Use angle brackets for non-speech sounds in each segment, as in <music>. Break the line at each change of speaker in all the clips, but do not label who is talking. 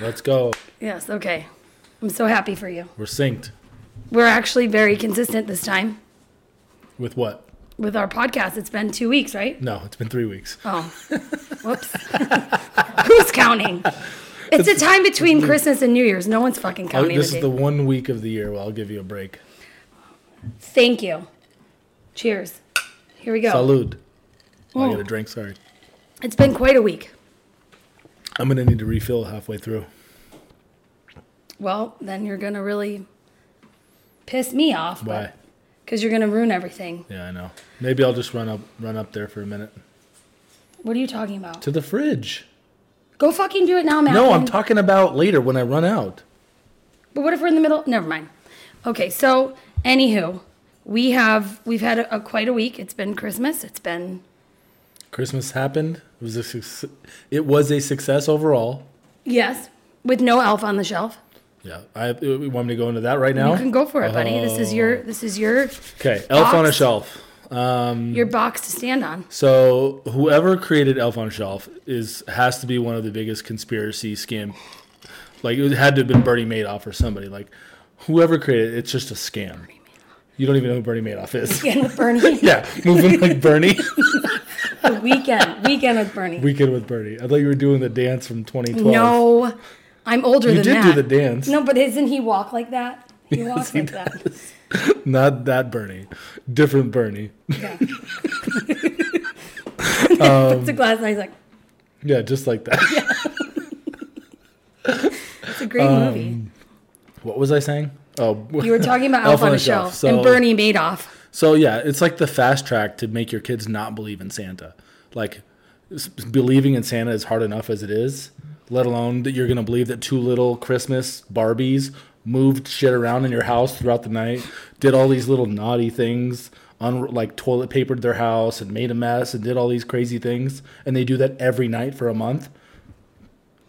Let's go.
Yes, okay. I'm so happy for you.
We're synced.
We're actually very consistent this time
With what?
with our podcast. It's been two weeks, right?
No, it's been three weeks.
Oh, <laughs> whoops. Who's counting? It's the time between Christmas and New Year's. No one's fucking
Oh,
counting.
this
the
is
day.
the one week of the year where I'll give you a break.
Thank you. Cheers. Here we go.
Salud. Oh, I got a drink. Sorry.
It's been quite a week.
I'm gonna need to refill halfway through.
Well, then you're going to really piss me off.
Why?
Because you're going to ruin everything.
Yeah, I know. Maybe I'll just run up, run up there for a minute
What are you talking about?
to the fridge.
Go fucking do it now, Matt.
No, I'm talking about later when I run out.
But what if we're in the middle? Never mind. Okay, so anywho, we have we've had a, a quite a week. It's been Christmas. It's been
Christmas happened. It was a suc it was a success overall.
yes, with no elf on the shelf.
Yeah, I uh, you want me to go into that right now.
You can go for it, buddy. This is your this is your
Okay, Elf on a
Box.
Shelf.
your box to stand <laughs> on.
So whoever created Elf on a Shelf is has to be one of the biggest conspiracy scam. Like it had to have been Bernie Madoff or somebody. Like whoever created it, it's just a scam. You don't even know who Bernie Madoff
<laughs>
is. <laughs>
Weekend with Bernie.
yeah, moving like Bernie. <laughs>
The weekend. Weekend with Bernie.
Weekend with Bernie. I thought you were doing the dance from 2012.
no, I'm older
you
than
did
that.
do the dance.
No, but isn't he walk like that?
<laughs>
He walks
he
like that.
Not that Bernie. Different Bernie. <laughs>
Yeah. <laughs> puts a glass and he's like,
Yeah, just like that.
"It's a great
Um,
movie."
What was I saying? Oh,
You were talking
<laughs>
about Elf, on, a Shelf, and
so-
Bernie Madoff.
So yeah, it's like the fast track to make your kids not believe in Santa. Like s- believing in Santa is hard enough as it is, let alone that you're going to believe that two little Christmas Barbies moved shit around in your house throughout the night, did all these little naughty things, un- like toilet papered their house and made a mess and did all these crazy things, and they do that every night for a month.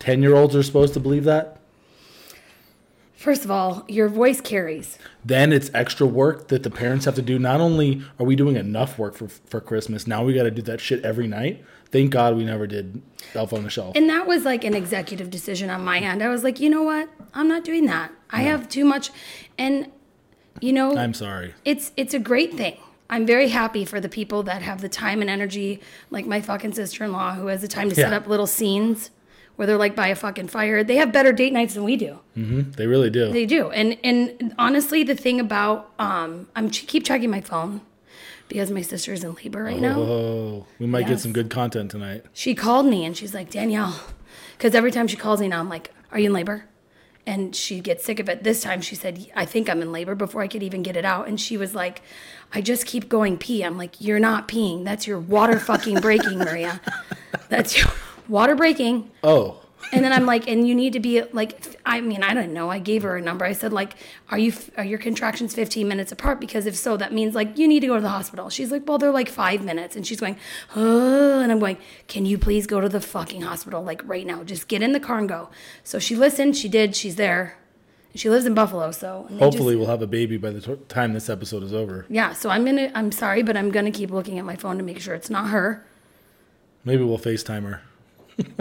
10-year-olds are supposed to believe that?
First of all, your voice carries.
then it's extra work that the parents have to do. Not only are we doing enough work for for Christmas, now we got to do that shit every night. Thank God we never did Elf on the Shelf.
And that was like an executive decision on my end. I was like, you know what? I'm not doing that. I have too much and you know
I'm sorry.
it's it's a great thing. I'm very happy for the people that have the time and energy, like my fucking sister-in-law who has the time to set
Yeah.
up little scenes where they're like by a fucking fire. They have better date nights than we do.
They really do.
They do. And and honestly, the thing about um I'm ch- keep checking my phone because my sister's in labor right now.
oh, we might get
Yes.
some good content tonight.
she called me and she's like, Danielle, because every time she calls me now, I'm like, Are you in labor? And she gets sick of it. This time she said, I think I'm in labor before I could even get it out. And she was like, I just keep going pee. I'm like, You're not peeing. That's your water fucking breaking, Maria. That's your <laughs> water breaking.
Oh,
And then I'm like, and you need to be like, f- I mean, I don't know. I gave her a number. I said like, are you f- are your contractions 15 minutes apart? Because if so, that means like you need to go to the hospital. She's like, well, they're like five minutes, and she's going, oh, and I'm going, can you please go to the fucking hospital like right now? Just get in the car and go. So she listened. She did. She's there. She lives in Buffalo, so and they just-
hopefully we'll have a baby by the t- time this episode is over.
yeah. So I'm gonna, I'm sorry, but I'm gonna keep looking at my phone to make sure it's not her.
Maybe we'll FaceTime her.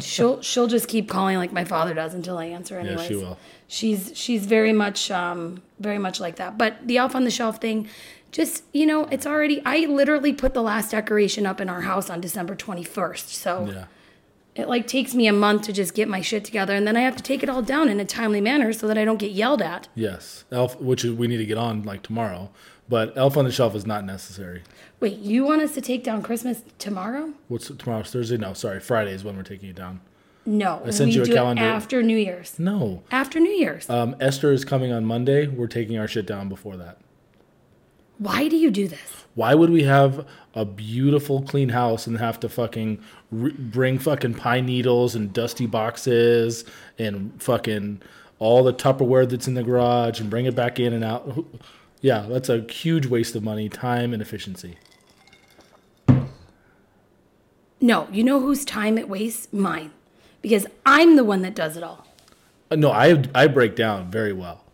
she'll she'll just keep calling like my father does until I answer anyways.
she will.
She's she's very much um very much like that. But the elf on the shelf thing, just you know, it's already I literally put the last decoration up in our house on December twenty first. So
Yeah.
it like takes me a month to just get my shit together and then I have to take it all down in a timely manner so that I don't get yelled at.
Yes. Elf, which we need to get on like tomorrow, but Elf on the Shelf is not necessary.
Wait, you want us to take down Christmas tomorrow?
What's tomorrow's Thursday? No, sorry, Friday is when we're taking it down.
No. I
sent
we
you a
do it
calendar.
after New Year's.
No.
After New Year's.
Um, Esther is coming on Monday. We're taking our shit down before that.
Why do you do this?
Why would we have a beautiful, clean house and have to fucking re- bring fucking pine needles and dusty boxes and fucking all the Tupperware that's in the garage and bring it back in and out? Who- Yeah, that's a huge waste of money, time, and efficiency.
No, you know whose time it wastes? Mine. Because I'm the one that does it all.
Uh, No, I I break down very well.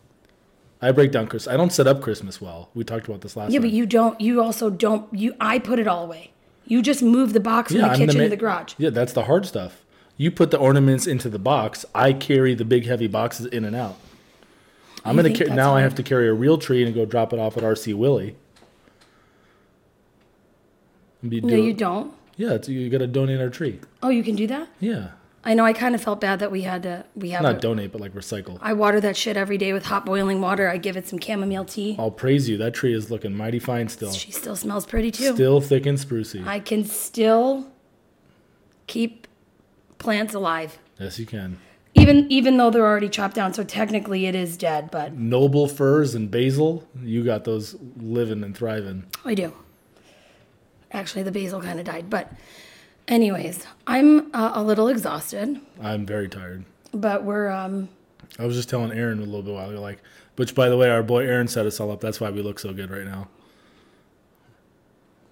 I break down Chris. I don't set up Christmas well. We talked about this last.
Yeah,
time.
but you don't you also don't you I put it all away. You just move the box from the
I'm
kitchen
ma-
to the garage.
Yeah, that's the hard stuff. You put the ornaments into the box. I carry the big heavy boxes in and out. I'm gonna
You think
ca-
that's
now. I
hard?
have to carry a real tree and go drop it off at RC Willie. And be
No,
doing-
you don't.
Yeah, it's, you got to donate our tree.
Oh, you can do that?
Yeah,
I know I kind of felt bad that we had to we have
not
a,
donate, but like recycle.
I water that shit every day with hot boiling water. I give it some chamomile tea.
I'll praise you. That tree is looking mighty fine still,
She still smells pretty too.
still thick and sprucey.
I can still keep plants alive.
yes, you can.
Even even though they're already chopped down, so technically it is dead, but
Noble firs and basil. You got those living and thriving.
I do. Actually, the basil kind of died, but anyways, I'm uh, a little exhausted,
I'm very tired.
but we're um
I was just telling Aaron a little bit while ago, like, which by the way, our boy Aaron set us all up. That's why we look so good right now.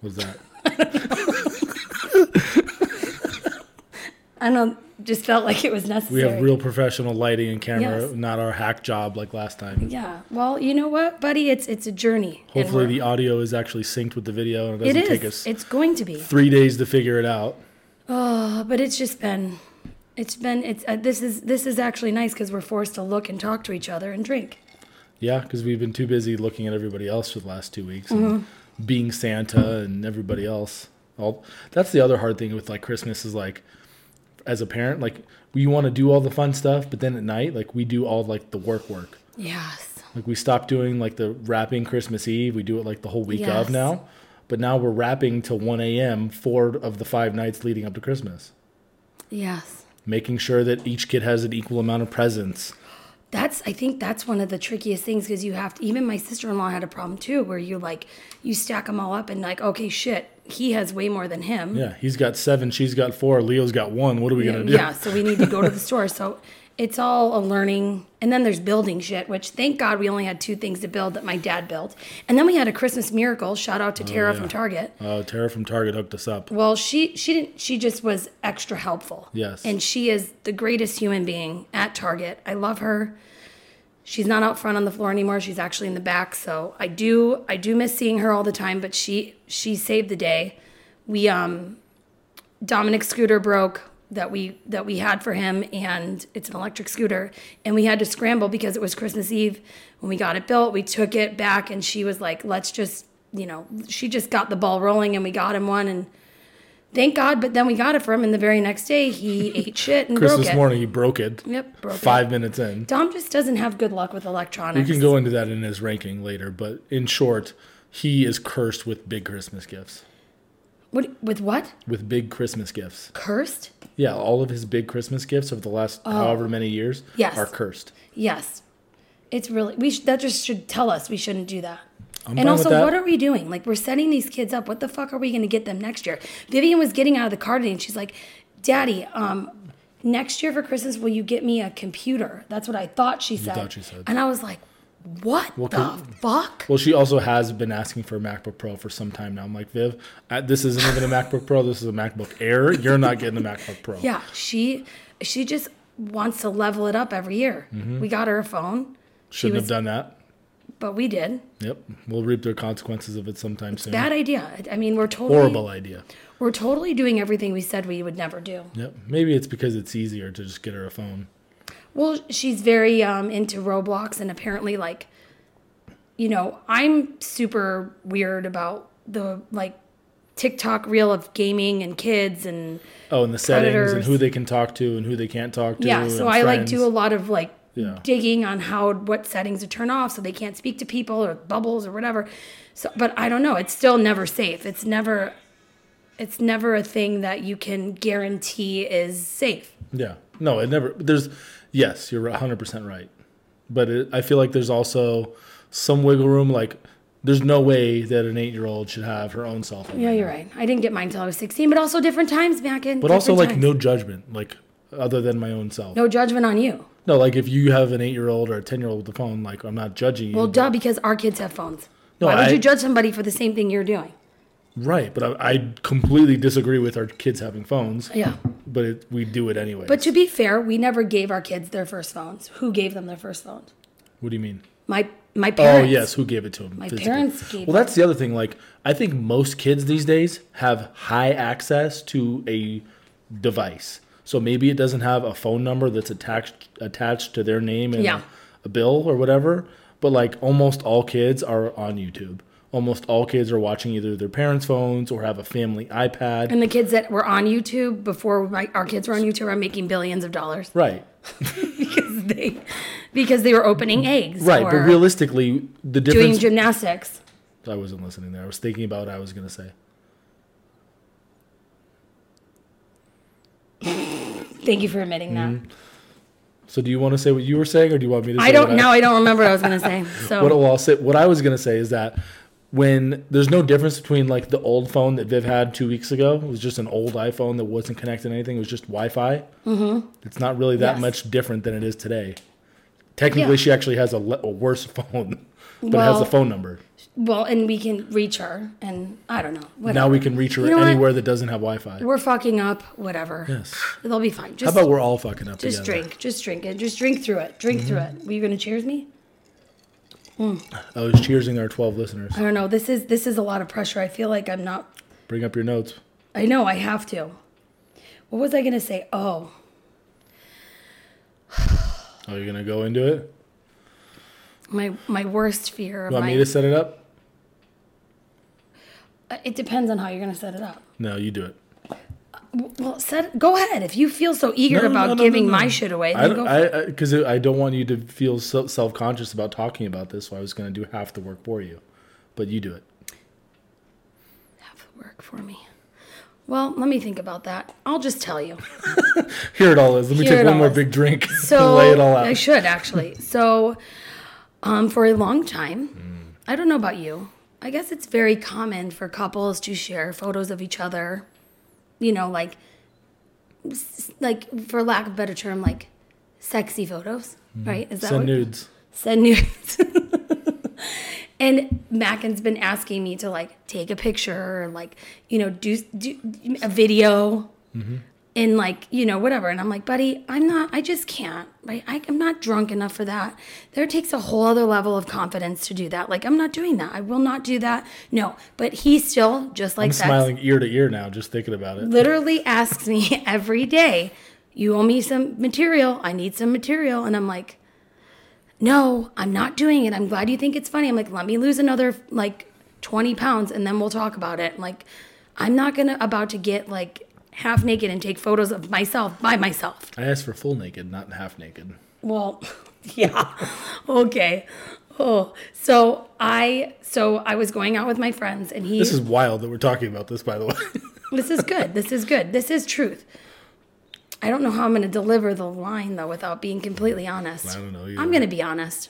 What's
<laughs>
that?
I don't know, just felt like it was
We
necessary.
have real professional lighting and camera,
Yes.
not our hack job like last time.
Yeah. Well, you know what, buddy? It's it's a journey. and
Hopefully,
we're-
the audio is actually synced with the video and it
it
doesn't take
is.
us
It's going to be.
three days to figure it out.
Uh, But it's just been, it's been. It's uh, this is this is actually nice because we're forced to look and talk to each other and drink.
Yeah, because we've been too busy looking at everybody else for the last two weeks, and
Mm-hmm.
being Santa and everybody else. All that's the other hard thing with like Christmas is like, as a parent, like we want to do all the fun stuff, but then at night, like we do all like the work work.
Yes.
Like we stopped doing like the wrapping Christmas Eve. We do it like the whole week
Yes.
of now, but now we're wrapping till one a.m. four of the five nights leading up to Christmas,
Yes.
making sure that each kid has an equal amount of presents.
That's I think that's one of the trickiest things because you have to. Even my sister in law had a problem too, where you like you stack them all up and like, okay, shit, he has way more than him.
Yeah, he's got seven, she's got four, Leo's got one. What are we
Yeah,
gonna do?
yeah, so we need to go to the store. So it's all a learning. And then there's building shit, which thank God we only had two things to build that my dad built. And then we had a Christmas miracle. Shout out to Tara
yeah.
from Target.
Oh, Tara from Target hooked us up.
Well, she she didn't she just was extra helpful.
Yes.
And she is the greatest human being at Target. I love her. She's not out front on the floor anymore. She's actually in the back. So I do I do miss seeing her all the time, but she she saved the day. We um Dominic scooter broke that we that we had for him and it's an electric scooter and we had to scramble because it was Christmas Eve when we got it built we took it back and she was like let's just you know she just got the ball rolling and we got him one and thank God but then we got it for him and the very next
<laughs>
day he ate shit and
Christmas
broke it
morning, he broke it.
yep broke it.
Five minutes in.
Dom just doesn't have good luck with
We
electronics
can go into that in his ranking later, but in short, he is cursed with big Christmas gifts.
what, with what
With big Christmas gifts.
cursed
Yeah, all of his big Christmas gifts over the last however many years
Oh. Yes.
are cursed.
Yes. It's really we sh- that just should tell us we shouldn't do that.
I'm
and
fine with
also,
that.
what are we doing? Like, we're setting these kids up. What the fuck are we going to get them next year? Vivian was getting out of the car today, and she's like, "Daddy, um, next year for Christmas, will you get me a computer?" That's what I thought she said.
thought she said.
And I was like, "What the fuck?"
Well, she also has been asking for a MacBook Pro for some time now. I'm like, Viv, uh, this isn't even a MacBook Pro. This is a MacBook Air. You're not getting a MacBook Pro.
Yeah, she she just wants to level it up every year.
Mm-hmm.
We got her a phone,
Shouldn't
was-
have done that.
but we did.
Yep. We'll reap the consequences of it sometime soon.
Bad idea. I mean, we're totally
Mm-hmm. Horrible idea.
we're totally doing everything we said we would never do.
Yep. Maybe it's because it's easier to just get her a phone.
Well, she's very um, into Roblox, and apparently, like, you know, I'm super weird about the like TikTok reel of gaming and kids, and
Oh, and the settings and
Predators.
who they can talk to and who they can't talk to.
yeah.
and
So I like
friends.
do a lot of like
Yeah.
digging on how what settings to turn off so they can't speak to people or bubbles or whatever. So, but I don't know. It's still never safe. It's never, it's never a thing that you can guarantee is safe.
Yeah. No, it never. There's. Yes, you're 100 percent right. But it, I feel like there's also some wiggle room. Like, there's no way that an eight-year-old should have her own cell phone.
Yeah, you're right. I didn't get mine until I was 16, but also different times back in.
But also, like,
different times.
no judgment. Like, other than my own self.
No judgment on you.
No, like if you have an eight-year-old or a ten-year-old with a phone, like I'm not judging you.
Well, duh, because our kids have phones.
No,
Why would
I-
you judge somebody for the same thing you're doing?
right. But I, I completely disagree with our kids having phones.
Yeah.
But it, we do it anyway.
But to be fair, we never gave our kids their first phones. Who gave them their first phones?
what do you mean?
My my parents.
Oh yes, who gave it to him? My
parents gave
Well, that's the other thing. Like, I think most kids these days have high access to a device. So maybe it doesn't have a phone number that's attached attached to their name and
Yeah.
a bill or whatever. But like almost all kids are on YouTube. Almost all kids are watching either their parents' phones or have a family iPad.
And the kids that were on YouTube before my, our kids were on YouTube are making billions of dollars <laughs>
right.
because they because they were opening eggs
Right.
or
But realistically, the
doing
difference.
gymnastics.
I wasn't listening there. I was thinking about what I was going to say.
Thank you for admitting that.
So do you want to say what you were saying or do you want me to Mm-hmm. say
I
what
don't now I don't remember what I was
<laughs>
gonna say. So
What well, I'll say, what I was gonna say is that when there's no difference between like the old phone that Viv had two weeks ago, it was just an old iPhone that wasn't connected to anything. It was just Wi-Fi. Mm-hmm. It's not really that
Yes.
much different than it is today. Technically,
Yeah.
she actually has a, le- a worse <laughs> phone, but it has
Well,
a phone number.
well, and we can reach her, and I don't know. Whatever.
Now we can reach her
You know what?
anywhere that doesn't have Wi-Fi.
We're fucking up. Whatever.
Yes.
They'll be fine.
How
Just
about we're all fucking up
just
together?
drink. Just drink it. Just drink through it. Drink through
Mm-hmm.
it. Were you gonna cheers me?
I was cheersing our 12 listeners.
I don't know. This is this is a lot of pressure. I feel like I'm not.
Bring up your notes.
I know I have to. What was I gonna say? Oh,
Are you Oh, gonna go into it?
my my worst fear.
You want
my,
me to set it up?
Uh, It depends on how you're gonna set it up.
No, you do it.
Well, set. Go ahead. If you feel so eager about giving my shit away,
I
then go.
don't,
for
I because I, 'cause I don't want you to feel so self conscious about talking about this. So I was going to do half the work for you, but you do it. <laughs>
have the work for me. Well, let me think about that. I'll just tell you.
Here it all is. Let me
Here
take
it
one
all
more
is.
big drink <laughs>
So
and lay it all out.
I should actually. So, um, for a long
Mm.
time, I don't know about you. I guess it's very common for couples to share photos of each other. You know, like, s- like for lack of a better term, like sexy photos,
Mm-hmm.
right? Is that
Send
what-
nudes.
send nudes. <laughs> and Mackin's been asking me to like take a picture or like, you know, do, do a video
Mm-hmm.
and like, you know, whatever. And I'm like, buddy, I'm not, I just can't, right? I, I'm not drunk enough for that. There takes a whole other level of confidence to do that. Like, I'm not doing that. I will not do that. No, but he still, just like
I'm
sex,
smiling ear to ear now just thinking about it.
literally asks me <laughs> every day, You owe me some material. I need some material. And I'm like, No, I'm not doing it. I'm glad you think it's funny. I'm like, Let me lose another like 20 pounds and then we'll talk about it. Like, I'm not going to about to get like half naked and take photos of myself by myself.
I asked for full naked, not half naked.
Well, <laughs> yeah. Okay. Oh, so I so I was going out with my friends and he
This is wild that we're talking about this, by the way. <laughs>
This is good. This is good. This is truth. I don't know how I'm going to deliver the line though without being completely honest.
I don't know
I'm
either.
going to be honest.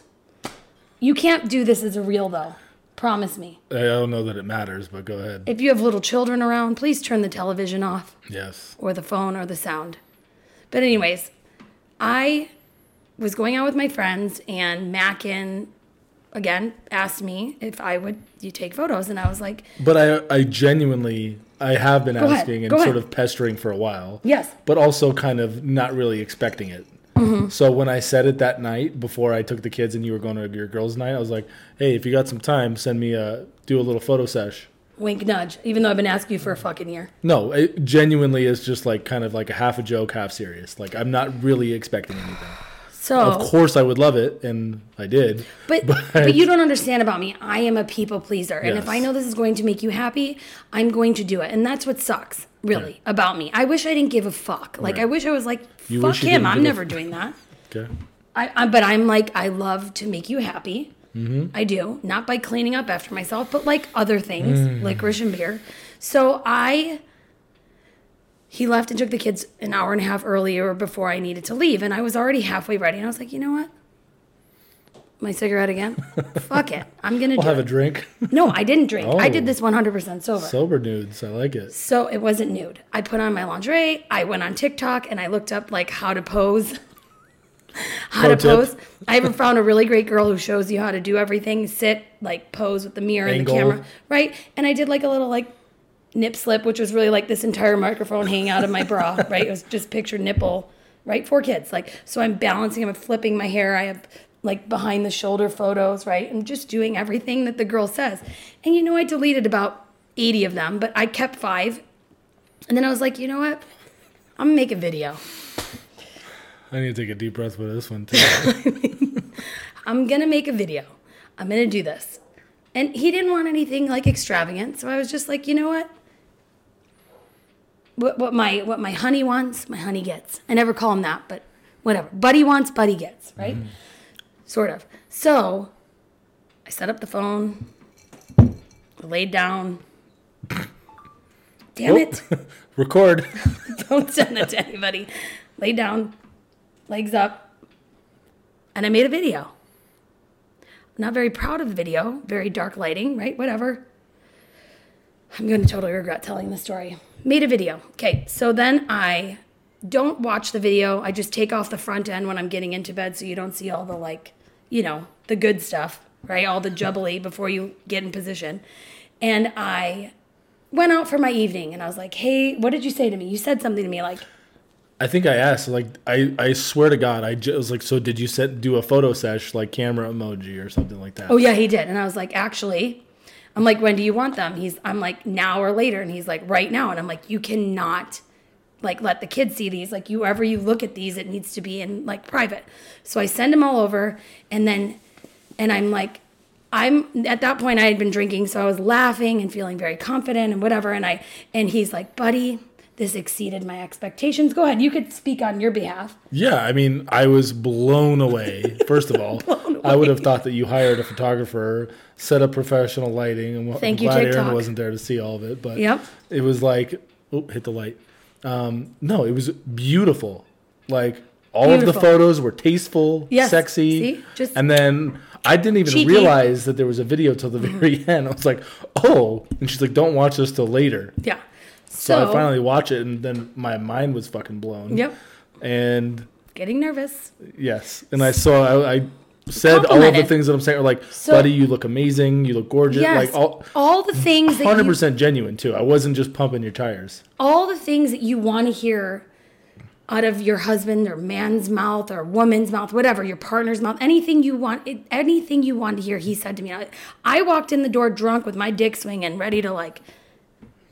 You can't do this as a reel though. Promise me.
I don't know that it matters, but go ahead.
If you have little children around, please turn the television off
Yes.
or the phone or the sound. But anyways, I was going out with my friends and Mackin again asked me if I would you take photos and I was like,
But I, I genuinely, I have been
ahead.
asking and
Go
sort
ahead.
of pestering for a while.
Yes. Mm-hmm.
But also kind of not really expecting it. So when I said it that night before I took the kids and you were going to your girls' night, I was like, "Hey, if you got some time, send me a do a little photo sesh."
wink nudge, even though I've been asking you for a fucking year.
No, it genuinely is just like kind of like a half a joke, half serious. Like I'm not really expecting anything.
So
Of course, I would love it, and I did. <laughs>
But, but you don't understand about me. I am a people pleaser, and if
Yes.
I know this is going to make you happy, I'm going to do it, and that's what sucks really about me. I wish I didn't give a fuck. Like I
Right.
wish I was like,
You
fuck
wish you
him.
didn't
I'm
give a
never doing that.
okay.
I, I but I'm like I love to make you happy.
Mm-hmm.
I do not by cleaning up after myself, but like other things,
Mm.
licorice and beer. So I. He left and took the kids an hour and a half earlier before I needed to leave, and I was already halfway ready, and I was like, you know what? My cigarette
<laughs>
again? Fuck it. I'm gonna
I'll
do
have
it.
a drink. <laughs>
no, I didn't drink. I did
Oh.
this 100% sober.
Sober nudes, I like it.
So it wasn't nude. I put on my lingerie. I went on TikTok and I looked up like how to pose. <laughs> how
Pro
to
tip.
pose. I haven't found a really great girl who shows you how to do everything. Sit, like pose with the mirror
Angle.
and the camera. Right? And I did like a little like nip slip, which was really like this entire microphone hanging out of my bra, <laughs> right? It was just picture nipple, right? Four kids. Like, so I'm balancing, I'm flipping my hair. I have like behind the shoulder photos, right? And just doing everything that the girl says. And you know, I deleted about 80 of them, but I kept five. And then I was like, you know what? I'm gonna make a video.
I need to take a deep breath with this one too.
I'm gonna make a video. I'm gonna do this. And he didn't want anything like extravagant, so I was just like, you know what? What, what my what my honey wants, my honey gets. I never call him that, but whatever. Buddy wants, buddy gets, right? Sort of. So I set up the phone, laid down. Damn it.
Oh, <laughs> Record.
Don't send it to anybody. Lay down, legs up, and I made a video. I'm not very proud of the video, very dark lighting, right? Whatever. I'm going to totally regret telling the story. Made a video. Okay, so then I don't watch the video. I just take off the front end when I'm getting into bed so you don't see all the, like, you know, the good stuff, right? All the jubbly before you get in position. And I went out for my evening and I was like, hey, what did you say to me? You said something to me like,
I think I asked. Like I, I swear to God, I ju- was like, so did you set do a photo sesh like camera emoji or something like that?
Oh yeah, he did. And I was like, actually, I'm like, when do you want them? He's, I'm like, now or later. And he's like, right now. And I'm like, you cannot like let the kids see these. Like you, ever you look at these, it needs to be in like private. So I send them all over, and then, and I'm like, I'm at that point I had been drinking, so I was laughing and feeling very confident and whatever. And I, and he's like, buddy. This exceeded my expectations. Go ahead. You could speak on your behalf.
Yeah, I mean, I was blown
<laughs>
away. First of all, I would have thought that you hired a photographer, set up professional lighting, and well,
Thank
I'm
you,
glad Aaron
TikTok.
wasn't there to see all of it. But
Yep.
it was like, oh, hit the light. Um, no, it was beautiful. Like all of the
Beautiful.
photos were tasteful,
Yes,
sexy,
see? Just-
and then I didn't even
Cheeky.
realize that there was a video till
<laughs>
the very <laughs> end. I was like, oh, and she's like, don't watch this till later.
Yeah.
So,
So,
I finally watch it, and then my mind was fucking blown.
Yep.
And
getting nervous.
Yes, and I saw I, I said all of the
Complimented.
things that I'm saying are like,
So-
buddy, you look amazing, you look gorgeous,
Yes.
like all
all the things that
hundred
you
percent genuine too. I wasn't just pumping your tires.
all the things that you want to hear out of your husband or man's mouth or woman's mouth, whatever, your partner's mouth, anything you want, it- anything you want to hear, he said to me. I, I walked in the door drunk with my dick swinging, ready to like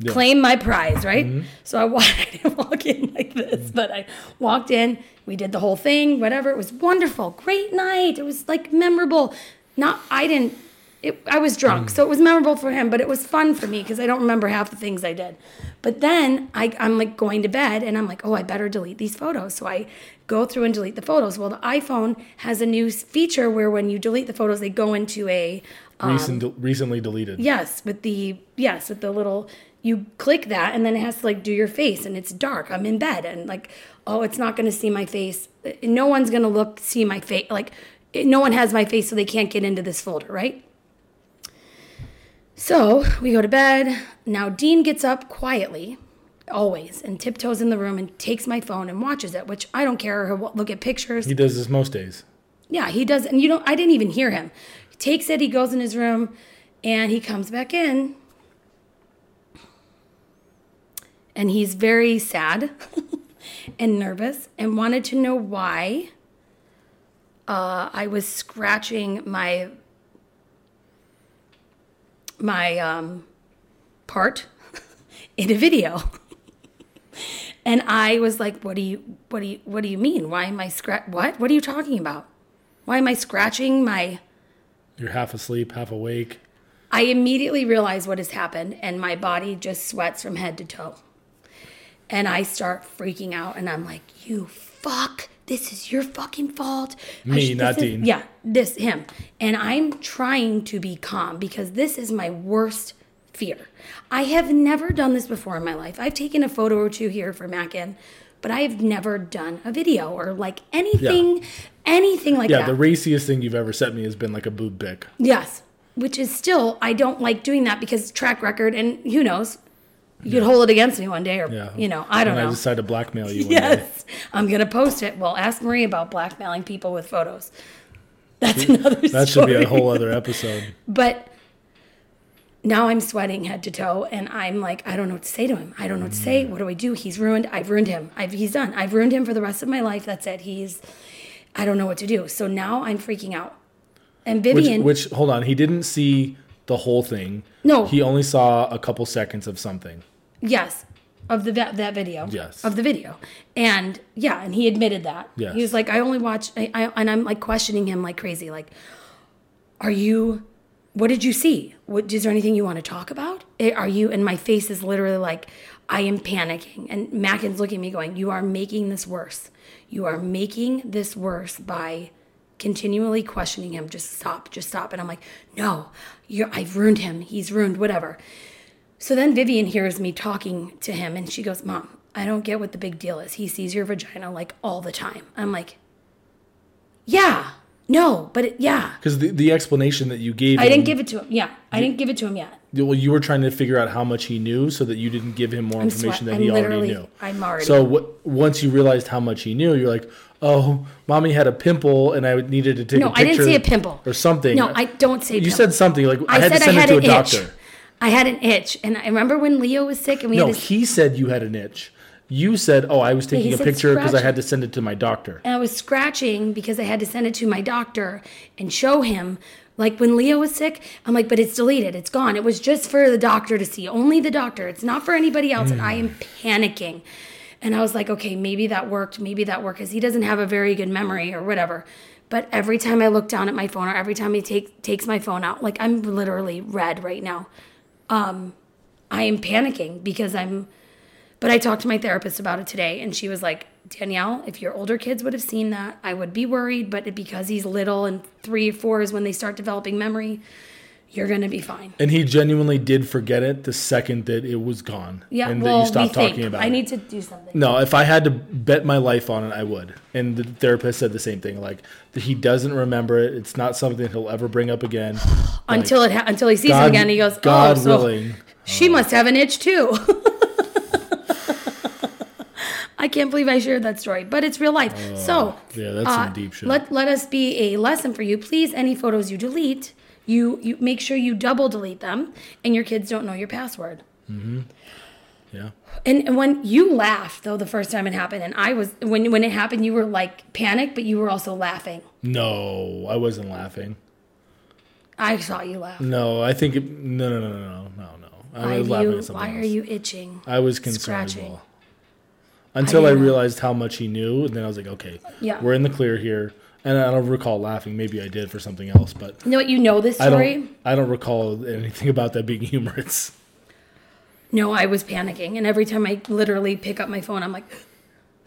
claim my prize, right? So I, <laughs> wa- I didn't walk in like this, but I walked in, we did the whole thing, whatever. It was wonderful, great night. It was like memorable. Not, I didn't, it, I was drunk, so it was memorable for him, but it was fun for me because I don't remember half the things I did. But then I, I'm like going to bed and I'm like, oh, I better delete these photos. So I go through and delete the photos. Well, the iPhone has a new feature where when you delete the photos, they go into a
Recent, recently deleted.
Um, Yes, with the yes, with the little you click that and then it has to like do your face and it's dark. I'm in bed and like oh, it's not going to see my face. No one's going to look see my face like it, no one has my face so they can't get into this folder, right? So, we go to bed. Now Dean gets up quietly always and tiptoes in the room and takes my phone and watches it, which I don't care. He'll look at pictures.
He does this most days.
Yeah, he does. And you don't, I didn't even hear him. He takes it, he goes in his room, and he comes back in. And he's very sad <laughs> and nervous and wanted to know why uh, I was scratching my my um, part <laughs> in a video. <laughs> and I was like, "What do you what do you what do you mean? Why am I scratch what? What are you talking about?" Why am I scratching my?
You're half asleep, half awake.
I immediately realize what has happened, and my body just sweats from head to toe. And I start freaking out, and I'm like, "You fuck! This is your fucking fault." I
Me,
sh-
not
this is-
Dean.
Yeah, this him. And I'm trying to be calm because this is my worst fear. I have never done this before in my life. I've taken a photo or two here for Mackin, but I have never done a video or like anything, anything like
Yeah,
that.
the raciest thing you've ever sent me has been like a boob pic.
Yes, which is still I don't like doing that because track record and who knows, you could hold it against me one day or
Yeah,
you know I don't
and I
know. <laughs>
decided to blackmail you. One day.
yes, I'm gonna post it. Well, ask Marie about blackmailing people with photos. That's another story.
that should be a whole other episode.
<laughs> But now I'm sweating head to toe, and I'm like, I don't know what to say to him. I don't know what to
Mm.
say. What do I do? He's ruined. I've ruined him. I've, he's done. I've ruined him for the rest of my life. That's it. He's. I don't know what to do. So now I'm freaking out. And
Which,
Vivian,
which hold on, he didn't see the whole thing.
No.
he only saw a couple seconds of something.
Yes. of the that, that video.
Yes.
Of the video, and yeah, and he admitted that.
Yes.
He was like, I only watch, I, I and I'm like questioning him like crazy, like, are you? What did you see? What is there anything you want to talk about? Eh, Are you? And my face is literally like, I am panicking. And Mackin's looking at me, going, "You are making this worse. You are making this worse by." continually questioning him just stop just stop and i'm like no you're i've ruined him he's ruined whatever so then Vivian hears me talking to him and she goes, Mom, I don't get what the big deal is. He sees your vagina like all the time. I'm like, Yeah, no, but it, yeah.
Because the, the explanation that you gave,
I didn't give it to him. Yeah, I didn't give it to him yet.
Well, you were trying to figure out how much he knew, so that you didn't give him more
swe-
information than
I'm
he already
literally-
knew.
I'm already-
So w- once you realized how much he knew, you're like, "Oh, mommy had a pimple, and I needed to take
No,
a
I
picture
didn't see a pimple.
or something."
No, I don't say
You
pimple.
said something like, "I, had to
said
send
I
it
had
to a
an
doctor."
itch. I had an itch. And I remember when Leo was sick and we
No,
had to,
he said you had an itch. You said, "Oh, I was taking
he
a
said
picture because I
scratch-
had to send it to my doctor."
and I was scratching because I had to send it to my doctor and show him. Like when Leo was sick, I'm like, but it's deleted, it's gone. It was just for the doctor to see, only the doctor. It's not for anybody else. And I am panicking. And I was like, okay, maybe that worked, maybe that worked, because he doesn't have a very good memory or whatever. But every time I look down at my phone or every time he take, takes my phone out, like I'm literally red right now. Um, I am panicking because I'm. But I talked to my therapist about it today, and she was like, Danielle, if your older kids would have seen that, I would be worried. But because he's little and three, four is when they start developing memory, you're going to be fine.
And he genuinely did forget it the second that it was gone.
Yeah,
and
well,
that you stopped
we
talking
think.
about
I
it.
need to do something.
No, if I had to bet my life on it, I would. And the therapist said the same thing. Like that he doesn't remember it. It's not something he'll ever bring up again.
until it ha- until he sees him
God-
again, he goes,
God
"Oh, so
willing." Oh.
she must have an itch too." <laughs> I can't believe I shared that story, but it's real life. so
yeah, that's some deep shit.
Uh, Let let us be a lesson for you. Please, any photos you delete, you you make sure you double delete them, and your kids don't know your password.
Yeah.
And and when you laughed though the first time it happened, and I was when when it happened, you were like panicked, but you were also laughing.
No, I wasn't laughing.
I saw you laugh.
No, I think it, no, no, no, no, no, no. I
Why,
was
do
laughing
you,
at something
why
else.
are you itching?
I was concerned as
Scratching.
well. Until I,
didn't know.
realized how much he knew, and then I was like, okay,
Yeah.
we're in the clear here. And I don't recall laughing. Maybe I did for something else, but
You know what? You know this
I
story.
don't. I don't recall anything about that being <laughs> humorous.
No, I was panicking. And every time I literally pick up my phone, I'm like,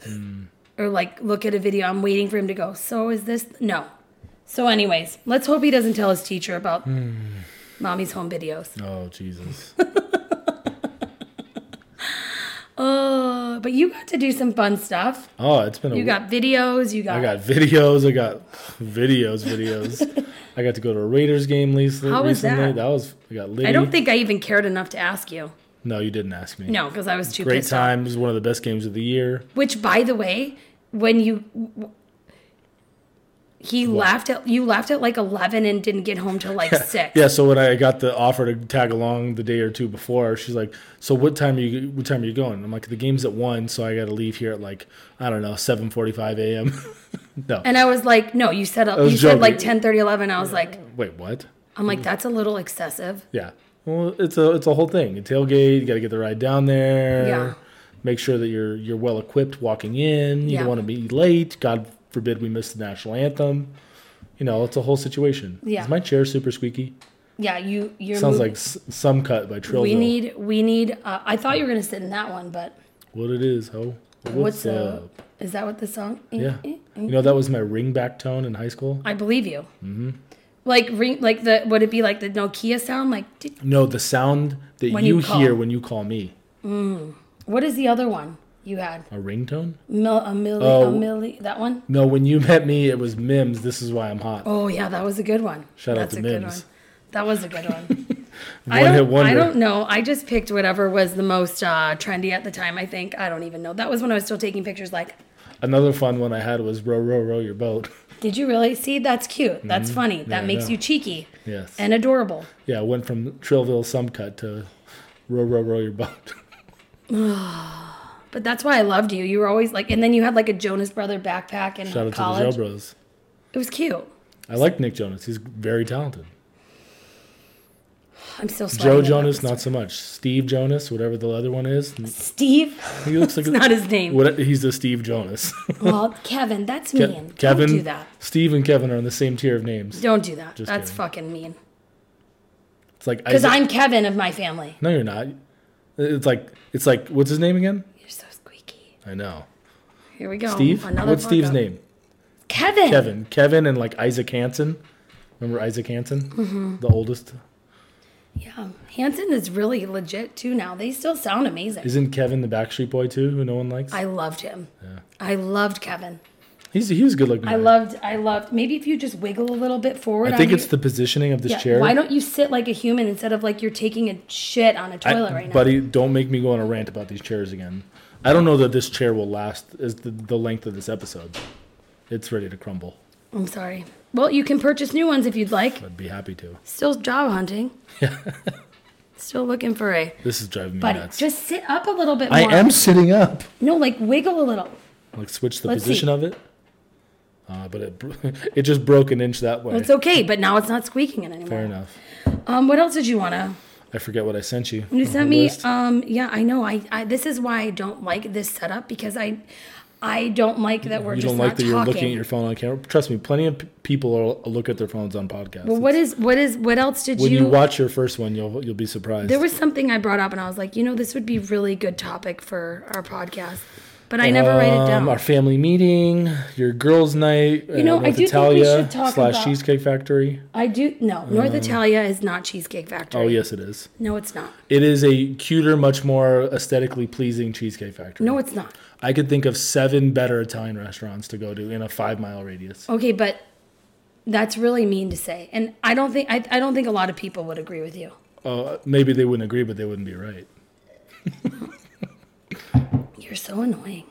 Hmm.
or like look at a video, I'm waiting for him to go, so is this? No. So, anyways, let's hope he doesn't tell his teacher about
Hmm.
mommy's home videos.
Oh Jesus.
Oh, but you got to do some fun stuff.
Oh, it's been a
You got videos, you got.
I got videos. I got videos.
<laughs>
Videos. I got to go to a Raiders game recently.
How was
recently.
that?
was. I got. Liddy.
I don't think I even cared enough to ask you.
No, you didn't ask me.
No, because I was too
Great
pissed
time. It was one of the best games of the year.
off. Which, by the way, when you. He left at you left at like eleven and didn't get home till like six.
<laughs> Yeah. So when I got the offer to tag along the day or two before, she's like, "So what time are you? What time are you going?" I'm like, "The game's at one, so I got to leave here at like I don't know, 7:45 a.m." <laughs> no.
And I was like, no, you said you
was
said
joking.
like 10, 30, 11. I was like,
Wait, what?
I'm like, that's a little excessive.
Yeah. Well, it's a it's a whole thing. You tailgate. You got to get the ride down there.
Yeah.
Make sure that you're you're well equipped walking in. You
Yeah.
don't want to be late. God forbid we miss the national anthem. You know, it's a whole situation.
Yeah.
Is my chair super squeaky?
Yeah, you you're
Sounds
mov-
like s- some cut by Trillville.
we need we need. Uh, I thought you were gonna sit in that one, but
what it is, ho? What's,
what's,
up?
the? Is that what the song? eh,
Yeah. You know that was my ringback tone in high school.
I believe you. Mm-hmm. Like ring, like the would it be like the Nokia sound? Like did,
No, the sound that
When
you,
you call.
hear when you call me
what is the other one you had?
a ringtone.
Mil, a milli,
Oh.
a milli, that one.
No, when you <laughs> met me, it was Mims. This is why I'm hot.
Oh yeah, that was a good one.
Shout out
That's
to
a good
Mims.
one. That was a good one.
<laughs>
I
One hit
don't,
wonder.
I don't know. I just picked whatever was the most uh, trendy at the time. I think I don't even know. That was when I was still taking pictures. Like,
Another fun one I had was row, row, row your boat. <laughs>
did you really see? That's cute. That's funny. That
Mm-hmm. I
makes
know.
you cheeky
Yes.
and adorable.
yeah, it went from Trillville some cut to row, row, row your boat. <laughs>
But that's why I loved you. You were always like, and then you had like a Jonas Brother backpack and
Shout out
college.
to the Joe Bros.
It was cute.
I like Nick Jonas. He's very talented.
I'm still sweating.
Joe
about
Jonas,
this.
not so much. Steve Jonas, whatever the other one
<laughs>
is.
Steve.
He looks like
It's
a-
not his name.
What, he's the Steve Jonas. <laughs>
well, <laughs> Kevin, that's
Ke-
mean.
Kevin,
Don't do that.
Steve and Kevin are on the same tier of names.
Don't do that. that's
kidding.
fucking mean.
It's like
Because
Isaac-
I'm Kevin of my family.
No, you're not. It's like it's like what's his name again?
You're so squeaky.
I know.
Here we go.
Steve.
Oh, Another
What's Steve's
fuck-up.
name?
Kevin.
Kevin. Kevin and like Isaac Hansen. Remember Isaac Hansen? Mm-hmm. The oldest.
Yeah. Hanson is really legit too now. They still sound amazing.
Isn't Kevin the Backstreet Boy too, who no one likes?
I loved him. I loved Kevin.
He's he was a good looking.
I loved I loved maybe if you just wiggle a little bit forward
I think
on
it's
your-
the positioning of this
yeah,
chair.
Why don't you sit like a human instead of like you're taking a shit on a
I-
toilet right now?
Buddy, don't make me go on a rant about these chairs again. I don't know that this chair will last as the, the length of this episode. It's ready to crumble.
I'm sorry. Well, you can purchase new ones if you'd like.
I'd be happy to.
Still
<laughs>
job hunting. Still looking for a
This is driving me
buddy.
nuts.
Just sit up a little bit more.
I am sitting up.
No, like wiggle a little.
Like switch the
Let's
position
see.
of it. Uh, but it bro- <laughs> it just broke an inch that way.
It's okay, but now it's not squeaking it anymore.
Fair enough.
Um, what else did you wanna?
I forget what I sent you.
You
on
sent
the
me.
list.
Um, yeah, I know. I, I this is why I don't like this setup because I, I don't like that we're
you
just
don't like
not
that
talking.
you're looking at your phone on camera. Trust me, plenty of p- people are, look at their phones on podcasts.
Well, what is what is what else did
when
you?
you watch your first one, you'll you'll be surprised.
there was something I brought up and I was like, you know, this would be really good topic for our podcast, but I never write it down.
Um, our family meeting, your girls' night. You
know, I do think we should talk
slash
about-
Cheesecake Factory.
I do no. North Italia is not Cheesecake Factory.
Mm. Oh yes, it is.
No, it's not.
It is a cuter, much more aesthetically pleasing Cheesecake Factory.
No, it's not.
I could think of seven better Italian restaurants to go to in a five mile radius.
Okay, but that's really mean to say, and I don't think I, I don't think a lot of people would agree with you.
Oh, maybe they wouldn't agree, but they wouldn't be right.
You're so annoying.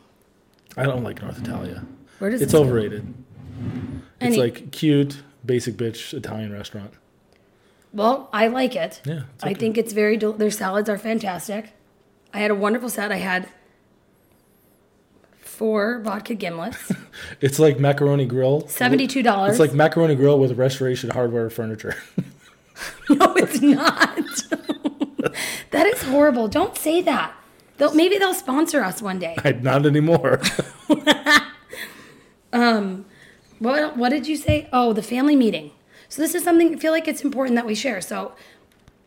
I don't like North Italia.
Where does
It's
this-
overrated. It's
Any-
like cute, basic bitch Italian restaurant.
Well, I like it.
Yeah, it's
I think it's very. Del- their salads are fantastic. I had a wonderful set. I had four
<laughs>
vodka gimlets,
It's like macaroni grill.
seventy-two dollars.
It's like macaroni grill with restoration hardware furniture.
<laughs>
<laughs>
no, it's not. that is horrible. Don't say that. They'll, maybe they'll sponsor us one day.
Not anymore. <laughs>
What What did you say? Oh, the family meeting. So this is something I feel like it's important that we share. So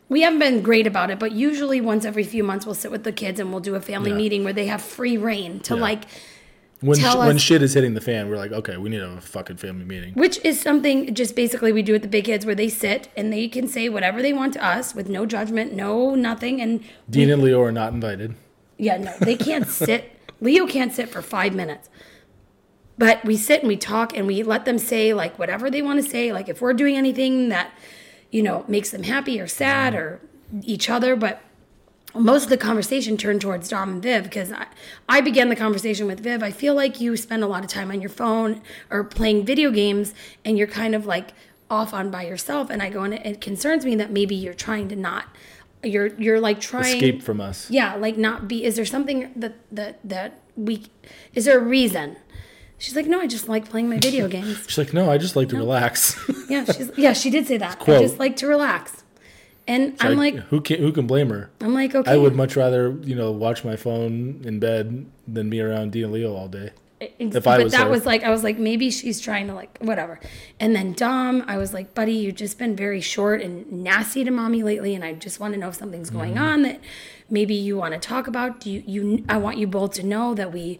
we haven't been great about it, but usually once every few months we'll sit with the kids and we'll do a family
Yeah.
meeting where they have free reign to
Yeah.
like
When sh-
Tell
when
us-
shit is hitting the fan, we're like, okay, we need to have a fucking family meeting.
Which is something just basically we do with the big kids where they sit and they can say whatever they want to us with no judgment, no nothing. And
Dean and Leo are not invited.
yeah, no, they can't sit. Leo can't sit for five minutes. But we sit and we talk and we let them say like whatever they want to say. Like if we're doing anything that, you know, makes them happy or sad or each other. But most of the conversation turned towards Dom and Viv because I, I began the conversation with Viv. I feel like you spend a lot of time on your phone or playing video games and you're kind of like off on by yourself. And I go, and it, it concerns me that maybe you're trying to not, you're, you're like trying
Escape from us.
yeah like not be is there something that that that we is there a reason she's like no i just like playing
<laughs>
my video games
She's like, no, I just like to relax. <laughs>
yeah she's yeah she did say that i
Quote.
just like to relax and i'm like
who can who can blame her?
i'm like okay
I would much rather you know watch my phone in bed than be around Dean and Leo all day.
It's-
if I
but
was
that
her.
was like I was like maybe she's trying to like whatever. And then Dom, I was like, buddy, you've just been very short and nasty to mommy lately, and I just want to know if something's
Mm-hmm.
going on that maybe you want to talk about. Do you you I want you both to know that we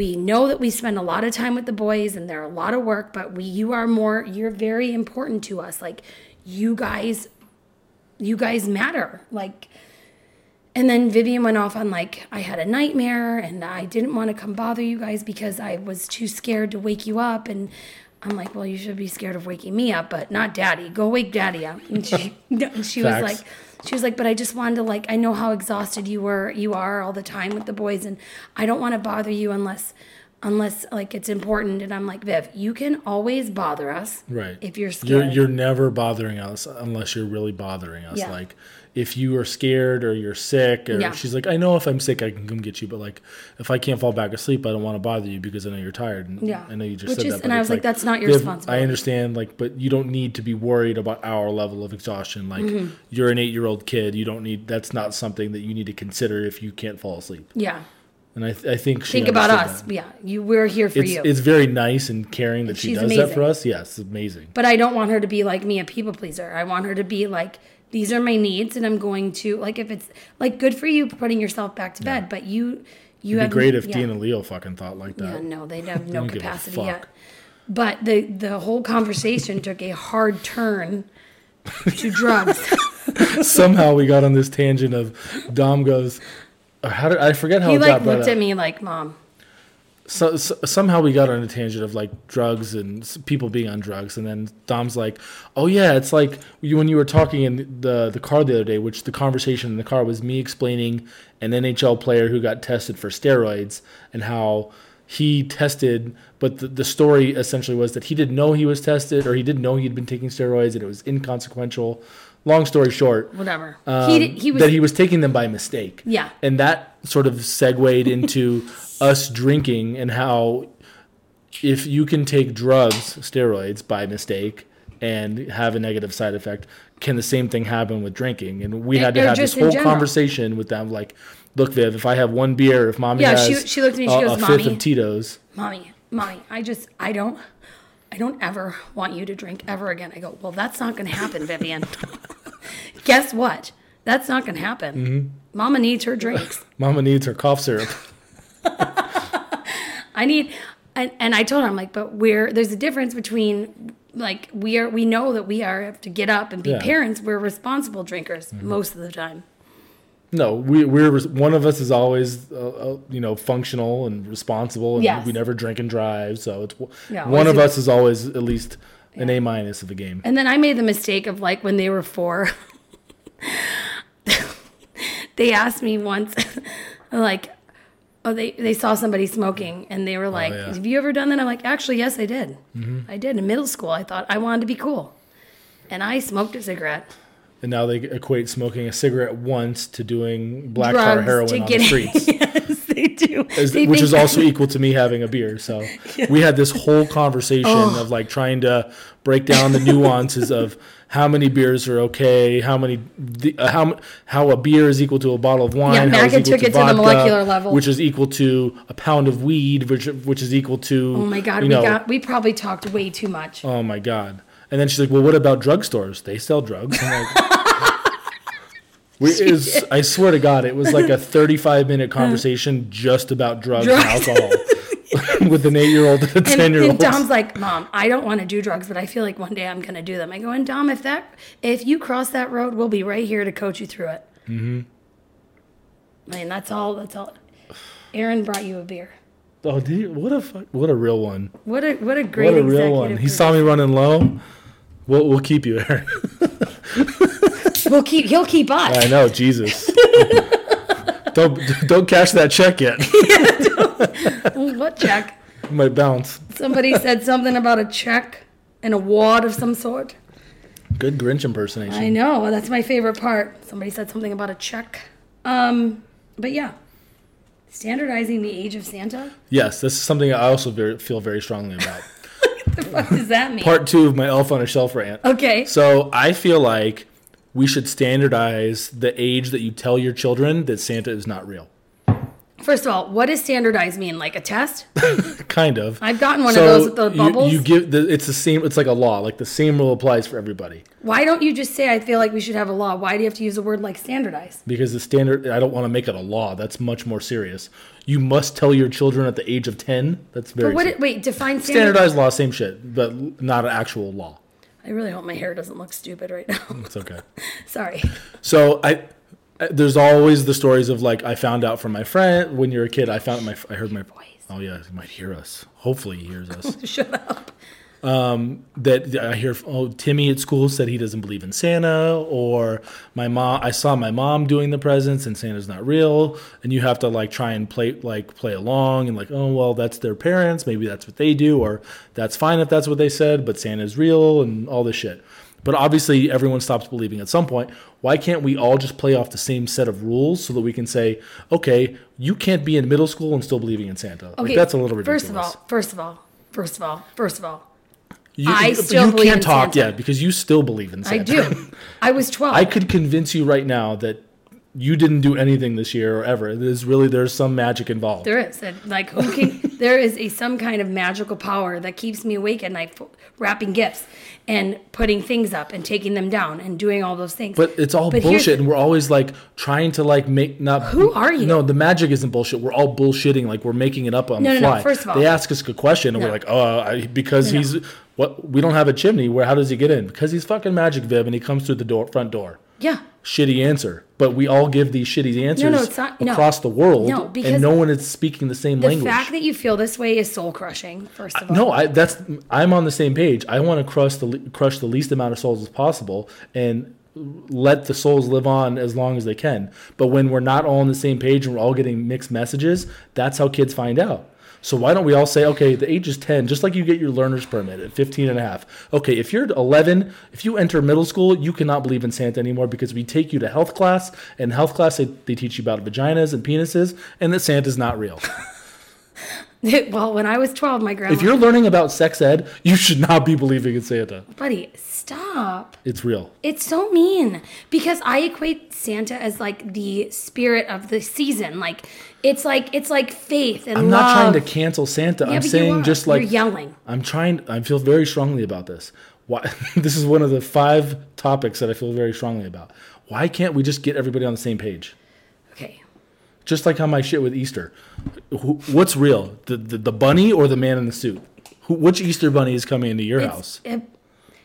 we know that we spend a lot of time with the boys and they're a lot of work, but we you are more you're very important to us. Like you guys you guys matter. Like and then Vivian went off on like, I had a nightmare and I didn't want to come bother you guys because I was too scared to wake you up. And I'm like, well, you should be scared of waking me up, but not daddy. Go wake daddy up.
<laughs>
And she, <laughs> and she was
Facts.
like, she was like, but I just wanted to like, I know how exhausted you were, you are all the time with the boys, and I don't want to bother you unless unless like it's important. And I'm like, Viv, you can always bother us.
Right.
If you're scared.
You're you're never bothering us unless you're really bothering us.
Yeah.
Like if you are scared or you're sick or
Yeah.
she's like, I know if I'm sick I can come get you, but like if I can't fall back asleep, I don't want to bother you because I know you're tired. And
Yeah.
I know you just
Which
said
is-
that.
and
but
I
it's
was like, "That's not your
Viv, I
responsibility."
understand, like, but you don't need to be worried about our level of exhaustion. Like
Mm-hmm.
you're an eight year old kid. You don't need that's not something that you need to consider if you can't fall asleep.
yeah.
And I, th- I think she
Think about
understood
us.
that.
Yeah. You we're here for
It's,
you.
it's very nice and caring that she
She's
does that for
amazing.
us. Yes, amazing.
but I don't want her to be like me, a people pleaser. I want her to be like, these are my needs, and I'm going to like if it's like good for you putting yourself back to bed, but you you
It'd
have
be great if
yeah.
Dean and Leo fucking thought like that.
Yeah, no,
<laughs>
they have no
don't give a
capacity
fuck.
yet. But the the whole conversation took a hard turn to drugs.
<laughs> somehow we got on this tangent of Dom goes, or how did I forget how
he
it
like
got uh, brought
looked at
up.
me like, "Mom,
So, so, somehow we got on a tangent of like drugs and s- people being on drugs, and then Dom's like, "Oh yeah, it's like you, when you were talking in the the car the other day, which the conversation in the car was me explaining an NHL player who got tested for steroids and how." He tested, but the, the story essentially was that he didn't know he was tested, or he didn't know he'd been taking steroids, and it was inconsequential. Long story short,
whatever."
um,
he did, he was
that he was taking them by mistake.
Yeah.
and that sort of
<laughs>
segued into us drinking and how if you can take drugs, steroids by mistake and have a negative side effect, can the same thing happen with drinking? And we had to
Or
have this
just in
whole
general.
conversation with them, like, look, Viv, if I have one beer, if mommy
Yeah,
has
she- she looked at me, she
a,
goes,
a fifth
"Mommy."
of Tito's,
mommy, mommy, I just, I don't, I don't ever want you to drink ever again. I go, well, that's not going to happen, Vivian. <laughs> Guess what? That's not going to happen. Mama needs her drinks.
mama needs her cough syrup.
I need, and, and I told her, I'm like, but we're, there's a difference between like, we are, we know that we are, have to get up and be
Yeah.
parents. We're responsible drinkers most of the time.
No, we, we're one of us is always, uh, uh, you know, functional and responsible, and
Yes.
we never drink and drive. So it's w-
Yeah,
one
always
of
do.
us is always at least an A minus of a game.
And then I made the mistake of like when they were four, <laughs> they asked me once, <laughs> like, oh, they, they saw somebody smoking and they were like,
Oh, yeah. Mm-hmm.
have you ever done that? I'm like, actually, yes, I did. I did in middle school. I thought I wanted to be cool. And I smoked a cigarette.
And now they equate smoking a cigarette once to doing black tar
Drugs
heroin
to
on the
getting-
streets,
<laughs> yes, they do.
is-
They
which
think
is
<laughs>
also equal to me having a beer. So we had this whole conversation
Oh.
of like trying to break down the nuances of how many beers are okay, how many, the, uh, how m- how a beer is equal to a bottle of wine,
Yeah,
how is
Mackin took it to the molecular level.
which is equal to a pound of weed, which which is equal to
Oh my God,
you
we
know,
got, we probably talked way too much.
oh my god. And then she's like, well, what about drugstores? They sell drugs. I'm like.
<laughs>
We, it was, I swear to God, it was like a 35 minute conversation just about drugs,
Uh-huh. Drugs.
and
<laughs>
alcohol <laughs> with an eight year old and a
and,
10 year
<laughs> and
old.
Dom's like, Mom, I don't want to do drugs, but I feel like one day I'm going to do them. I go, and Dom, if that, if you cross that road, we'll be right here to coach you through it. Mm-hmm. Man, that's all. That's all. Aaron brought you a beer.
<laughs> Oh, did you, what a fuck, what a real one.
What a what a great
What a real
executive
one. He
producer.
saw me running low. We'll, we'll keep you, <laughs> Aaron.
We'll keep. He'll keep us. <laughs>
I know, Jesus. <laughs> don't don't cash that check yet. <laughs>
What check?
Might bounce.
Somebody said something about a check, an award of some sort.
Good Grinch impersonation.
I know. That's my favorite part. Somebody said something about a check. Um, but yeah, standardizing the age of Santa.
Yes, this is something I also very, feel very strongly about.
What does that mean?
Part two of my elf on a shelf rant.
okay.
So I feel like we should standardize the age that you tell your children that Santa is not real.
First of all, what does standardized mean? Like a test?
Kind of.
I've
<laughs>
gotten one of those with the
you-
bubbles.
You, give the, it's the same. It's like a law. Like the same rule applies for everybody
Why don't you just say, I feel like we should have a law? Why do you have to use a word like standardized?
because the standard. I don't want to make it a law. That's much more serious. You must tell your children at the age of ten. That's very
But what,
ser-
it, wait, define standardized.
standardized law. Same shit, but not an actual law.
I really hope my hair doesn't look stupid right now. <laughs>
It's okay.
Sorry. <laughs>
So I, I- there's always the stories of like I found out from my friend when you're a kid. I found my I heard my
voice.
Oh yeah, he might hear us. Hopefully he hears us.
Shut up.
Um, that I hear, oh, Timmy at school said he doesn't believe in Santa, or my mom. I saw my mom doing the presents, and Santa's not real. And you have to like try and play like play along, and like, oh well, that's their parents. Maybe that's what they do, or that's fine if that's what they said, but Santa's real, and all this shit. But obviously, everyone stops believing at some point. Why can't we all just play off the same set of rules so that we can say, okay, you can't be in middle school and still believing in Santa? like, that's a little ridiculous.
First of all, first of all, first of all, first of all,
you,
I
you-
still
you
believe
can't
in
talk
Santa.
yet because you still believe in
I
Santa.
do. I was 12.
I could convince you right now that you didn't do anything this year or ever. There's really there's some magic involved.
There is that, like
<laughs>
who can, there is a some kind of magical power that keeps me awake at night, for wrapping gifts and putting things up and taking them down and doing all those things.
but it's all
But here's-
bullshit, and we're always like trying to like make not.
Who are you?
No, the magic isn't bullshit. We're all bullshitting, like we're making it up on
No,
the
no, no.
fly.
First of all-
they ask us a question, and
No.
we're like, oh, I, because
No, no.
he's what? We don't have a chimney. Where? How does he get in? Because he's fucking magic, Vib, and he comes through the door, front door.
yeah,
Shitty answer, but we all give these shitty answers
it's not- no.
across the world,
No, because
and no one is speaking the same
the
language. Uh,
fact that you feel this way is soul crushing. First of all,
No, I that's I'm on the same page. I want to crush the le- crush the least amount of souls as possible and let the souls live on as long as they can. But when we're not all on the same page and we're all getting mixed messages, that's how kids find out. So why don't we all say, okay, the age is 10, just like you get your learner's permit at 15 and a half. Okay, if you're 11, if you enter middle school, you cannot believe in Santa anymore because we take you to health class. And health class, they, they teach you about vaginas and penises and that Santa's not real.
<laughs> well, when I was 12, my grandma,
If you're learning about sex ed, you should not be believing in Santa.
buddy, stop.
It's real.
It's so mean because I equate Santa as like the spirit of the season. Like it's like it's like faith and
I'm
love.
not trying to cancel Santa.
Yeah,
I'm
but you
saying
are.
just like
You're yelling.
I'm trying. I feel very strongly about this. Why? <laughs> this is one of the five topics that I feel very strongly about. Why can't we just get everybody on the same page?
Okay.
Just like how my shit with Easter. Who, what's real? The, the the bunny or the man in the suit? Who, which Easter bunny is coming into your house?
It's- it-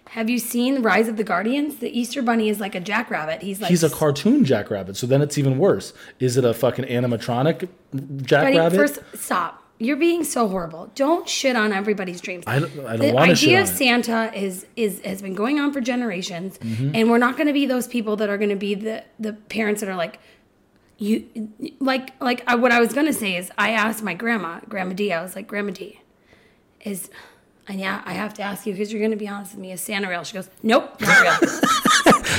have you seen Rise of the Guardians? The Easter Bunny is like a jackrabbit. He's like
He's a cartoon jackrabbit, so then it's even worse. Is it a fucking animatronic
Buddy,
jackrabbit?
First, stop. You're being so horrible. Don't shit on everybody's dreams.
I don't- I don't
the
wanna shit
idea
on
of
it.
Santa is is has been going on for generations,
Mm-hmm.
and we're not going to be those people that are going to be the the parents that are like, you like like I, what I was going to say is I asked my grandma, Grandma D, I was like, Grandma D, is and yeah, I have to ask you because you're going to be honest with me. Is Santa real? She goes, Nope,
<laughs>
not real.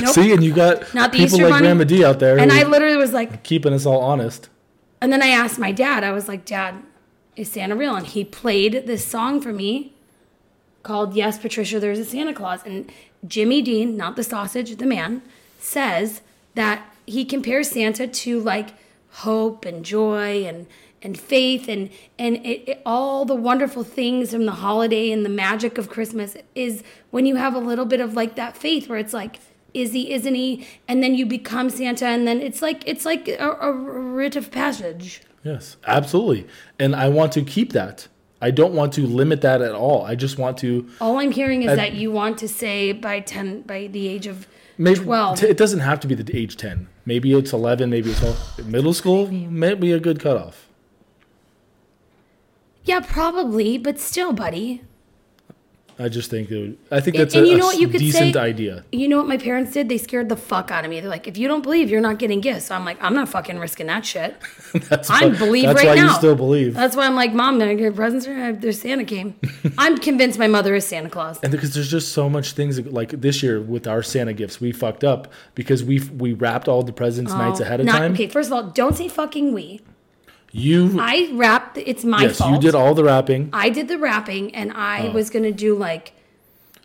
nope.
See, and you got
Not the
people
Easter
like
Bunny.
Grandma D out there
and
who
I
are
literally was like,
keeping us all honest.
And then I asked my dad, I was like, Dad, is Santa real? And he played this song for me called Yes, Patricia, There's a Santa Claus. And Jimmy Dean, not the sausage, the man, says that he compares Santa to like hope and joy and and faith and and it, it- all the wonderful things from the holiday and the magic of Christmas is when you have a little bit of like that faith where it's like is he isn't he and then you become Santa and then it's like it's like a, a writ of passage.
Yes, absolutely. And I want to keep that. I don't want to limit that at all. I just want to
All I'm hearing is that you want to say by ten by the age of
maybe
twelve.
t- it doesn't have to be the age 10. Maybe it's 11, maybe it's 12. Middle school might be a good cutoff.
Yeah, probably, but still, buddy.
I just think it would, I think
And-
that's
and
a,
you
a
know what you could
decent
say?
idea. <laughs>
You know what my parents did? They scared the fuck out of me. They're like, if you don't believe, you're not getting gifts. So I'm like, I'm not fucking risking that shit.
<laughs> That's
I
why-
believe
that's
right
why
now. Uh,
you still believe.
That's why I'm like, Mom, did I get presents? Or There's
<laughs>
Santa came. I'm convinced my mother is Santa Claus.
and because there's just so much things that- like this year with our Santa gifts, we fucked up because we we wrapped all the presents nights ahead of
Oh, Not-
time.
Okay, first of all, don't say fucking we.
You
I wrapped. It's my
yes,
fault.
you did all the wrapping.
I did the wrapping, and I was gonna do like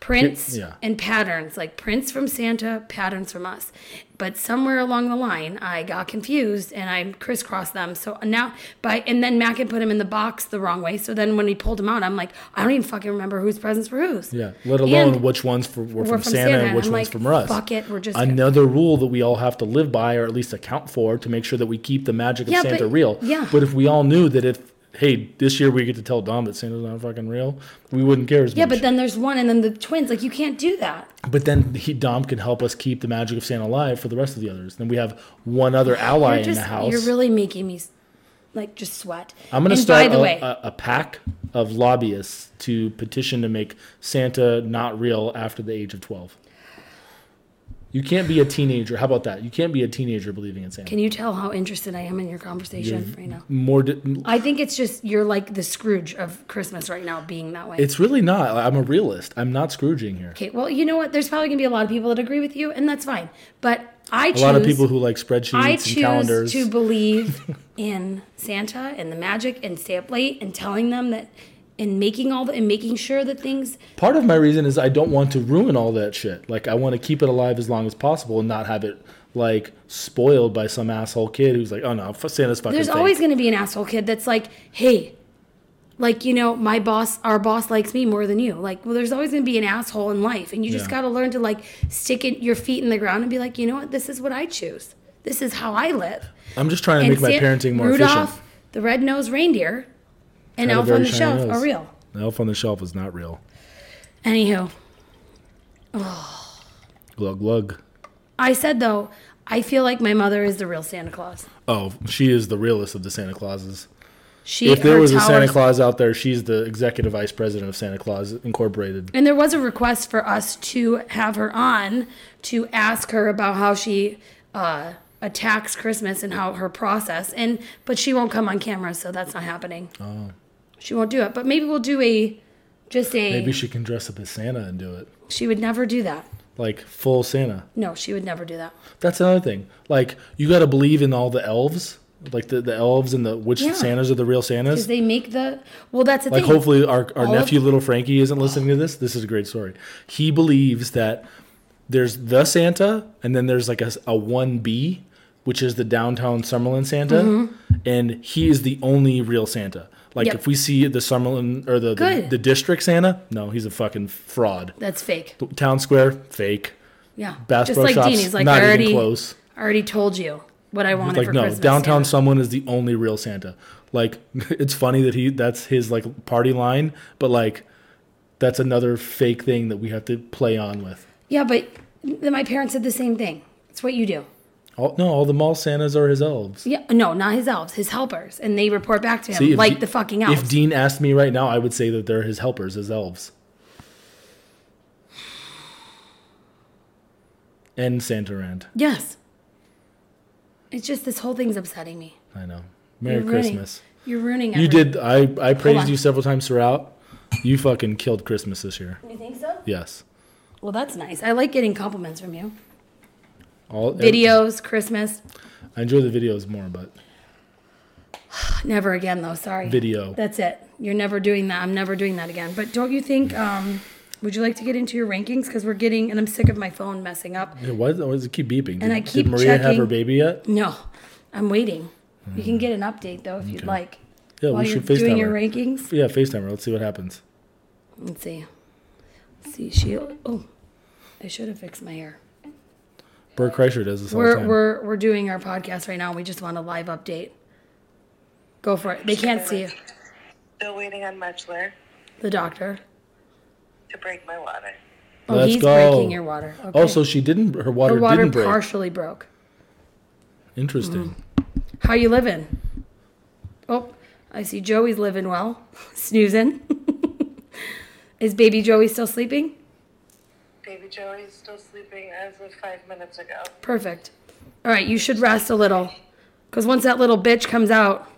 prints
Oh. Yeah.
and patterns, like prints from Santa, patterns from us. But somewhere along the line, I got confused and I crisscrossed them. So now, by and then Mac had put them in the box the wrong way. So then when he pulled them out, I'm like, I don't even fucking remember whose presents were whose.
Yeah, let alone
And-
which ones for, were,
We're
from, Santa, and
and
which
I'm
ones
like,
from us.
Fuck it, we're just
Another rule that we all have to live by, or at least account for, to make sure that we keep the magic of
Yeah,
Santa
but-
real.
yeah.
But if we all knew that if hey, this year we get to tell Dom that Santa's not fucking real, we wouldn't care as
yeah.
much.
But then there's one, and then the twins. Like you can't do that.
But, then he, Dom can help us keep the magic of Santa alive for the rest of the others. Then we have one other ally
You're
in the
just
house.
you're really making me. s- like just sweat.
I'm gonna
and
start
By the
a,
way,
a, a pack of lobbyists to petition to make Santa not real after the age of 12. You can't be a teenager. How about that? You can't be a teenager believing in Santa.
can you tell how interested I am in your conversation right now?
More, di-
I think it's just you're like the Scrooge of Christmas right now, being that way.
it's really not. I'm a realist. I'm not Scrooging here.
okay, well, you know what? There's probably gonna be a lot of people that agree with you, and that's fine. But I
A
choose
lot of people who like spreadsheets
I
and
choose
calendars.
to believe
<laughs>
in Santa and the magic and stay up late and telling them that and making all the and making sure that things
Part of my reason is I don't want to ruin all that shit. Like I want to keep it alive as long as possible and not have it like spoiled by some asshole kid who's like, "Oh no, f- Santa's fucking."
there's
fake."
always going to be an asshole kid that's like, hey, like, you know, my boss, our boss likes me more than you. Like, well, there's always going to be an asshole in life. And you just
Yeah.
got to learn to, like, stick in, your feet in the ground and be like, you know what? This is what I choose. This is how I live.
I'm just trying to make my
San-
parenting more
Rudolph,
efficient.
the red-nosed reindeer, and
Had a
Elf on
very
the
shiny
Shelf
nose.
are real.
The elf on the shelf is not real.
Anywho,
Glug glug.
I said, though, I feel like my mother is the real Santa Claus.
Oh, she is the realest of the Santa Clauses.
She,
if there
her
was a Santa
towers-
Claus out there, she's the executive vice president of Santa Claus Incorporated.
And there was a request for us to have her on to ask her about how she uh, attacks Christmas and how her process. And but she won't come on camera, so that's not happening. Oh. She won't do it. But maybe we'll do a just a.
Maybe she can dress up as Santa and do it.
she would never do that.
Like full Santa.
No, she would never do that.
That's another thing. Like you got to believe in all the elves, like the, the elves and the which
Yeah.
Santas are the real
Because
Santas.
they make the well. That's the
Like
thing.
hopefully our our
All of-
nephew little Frankie isn't listening to this. This is a great story. He believes that there's the Santa and then there's like a one B, which is the downtown Summerlin Santa, and he is the only real Santa. Like
Mm-hmm. Yep.
if we see the Summerlin or the, the
Good.
the district Santa, no, he's a fucking fraud.
That's fake.
Town Square, fake.
Yeah.
Bass
just
Pro
like
Shops,
Deanie's. Like
not
I
even
already,
close.
I already told you what I wanted
like
for
no
Christmas.
downtown
Santa.
someone is the only real santa like <laughs> it's funny that he that's his like party line but like that's another fake thing that we have to play on with
Yeah, but th- my parents said the same thing. It's what you do.
all, no all the mall santas are his elves
Yeah, no, not his elves, his helpers, and they report back to him
See, if
like
De-
the fucking
if
elves.
dean asked me right now i would say that they're his helpers his elves and santarand
yes, it's just this whole thing's upsetting me.
i know merry
You're ruining-
christmas
You're ruining.
you
everything.
did i i praised
on.
you several times throughout you fucking killed christmas this year
You think so?
yes
Well, that's nice. I like getting compliments from you.
all
Videos, Christmas, <sniffs>
I enjoy the videos more, but
never again though. Sorry.
Video.
That's it. You're never doing that. I'm never doing that again. But don't you think? Um, would you like to get into your rankings? Because we're getting, and I'm sick of my phone messing up.
yeah, why, does- why does it keep beeping? Did,
I keep
did Maria have her
checking-
baby yet?
No, I'm waiting. You can get an update though if you'd like.
Yeah,
While
we
you're
should FaceTime
doing your
her.
rankings.
Yeah, FaceTime her. Let's see what happens.
Let's see. Let's see, she. Oh, I should have fixed my hair.
Bert Kreischer does this all the
We're
time.
we're we're doing our podcast right now. We just want a live update. Go for it. They can't see you.
Still waiting on Mutchler
The doctor.
to break my water.
Oh,
Let's
he's
go.
breaking your water. Okay.
oh, so she didn't. Her water,
the water mm-hmm.
didn't break.
partially broke.
Interesting.
How you living? Oh, I see Joey's living well. <laughs> Snoozing. Is baby Joey still sleeping?
Baby Joey's still sleeping as of five minutes ago.
Perfect. All right, you should rest a little, because once that little bitch comes out,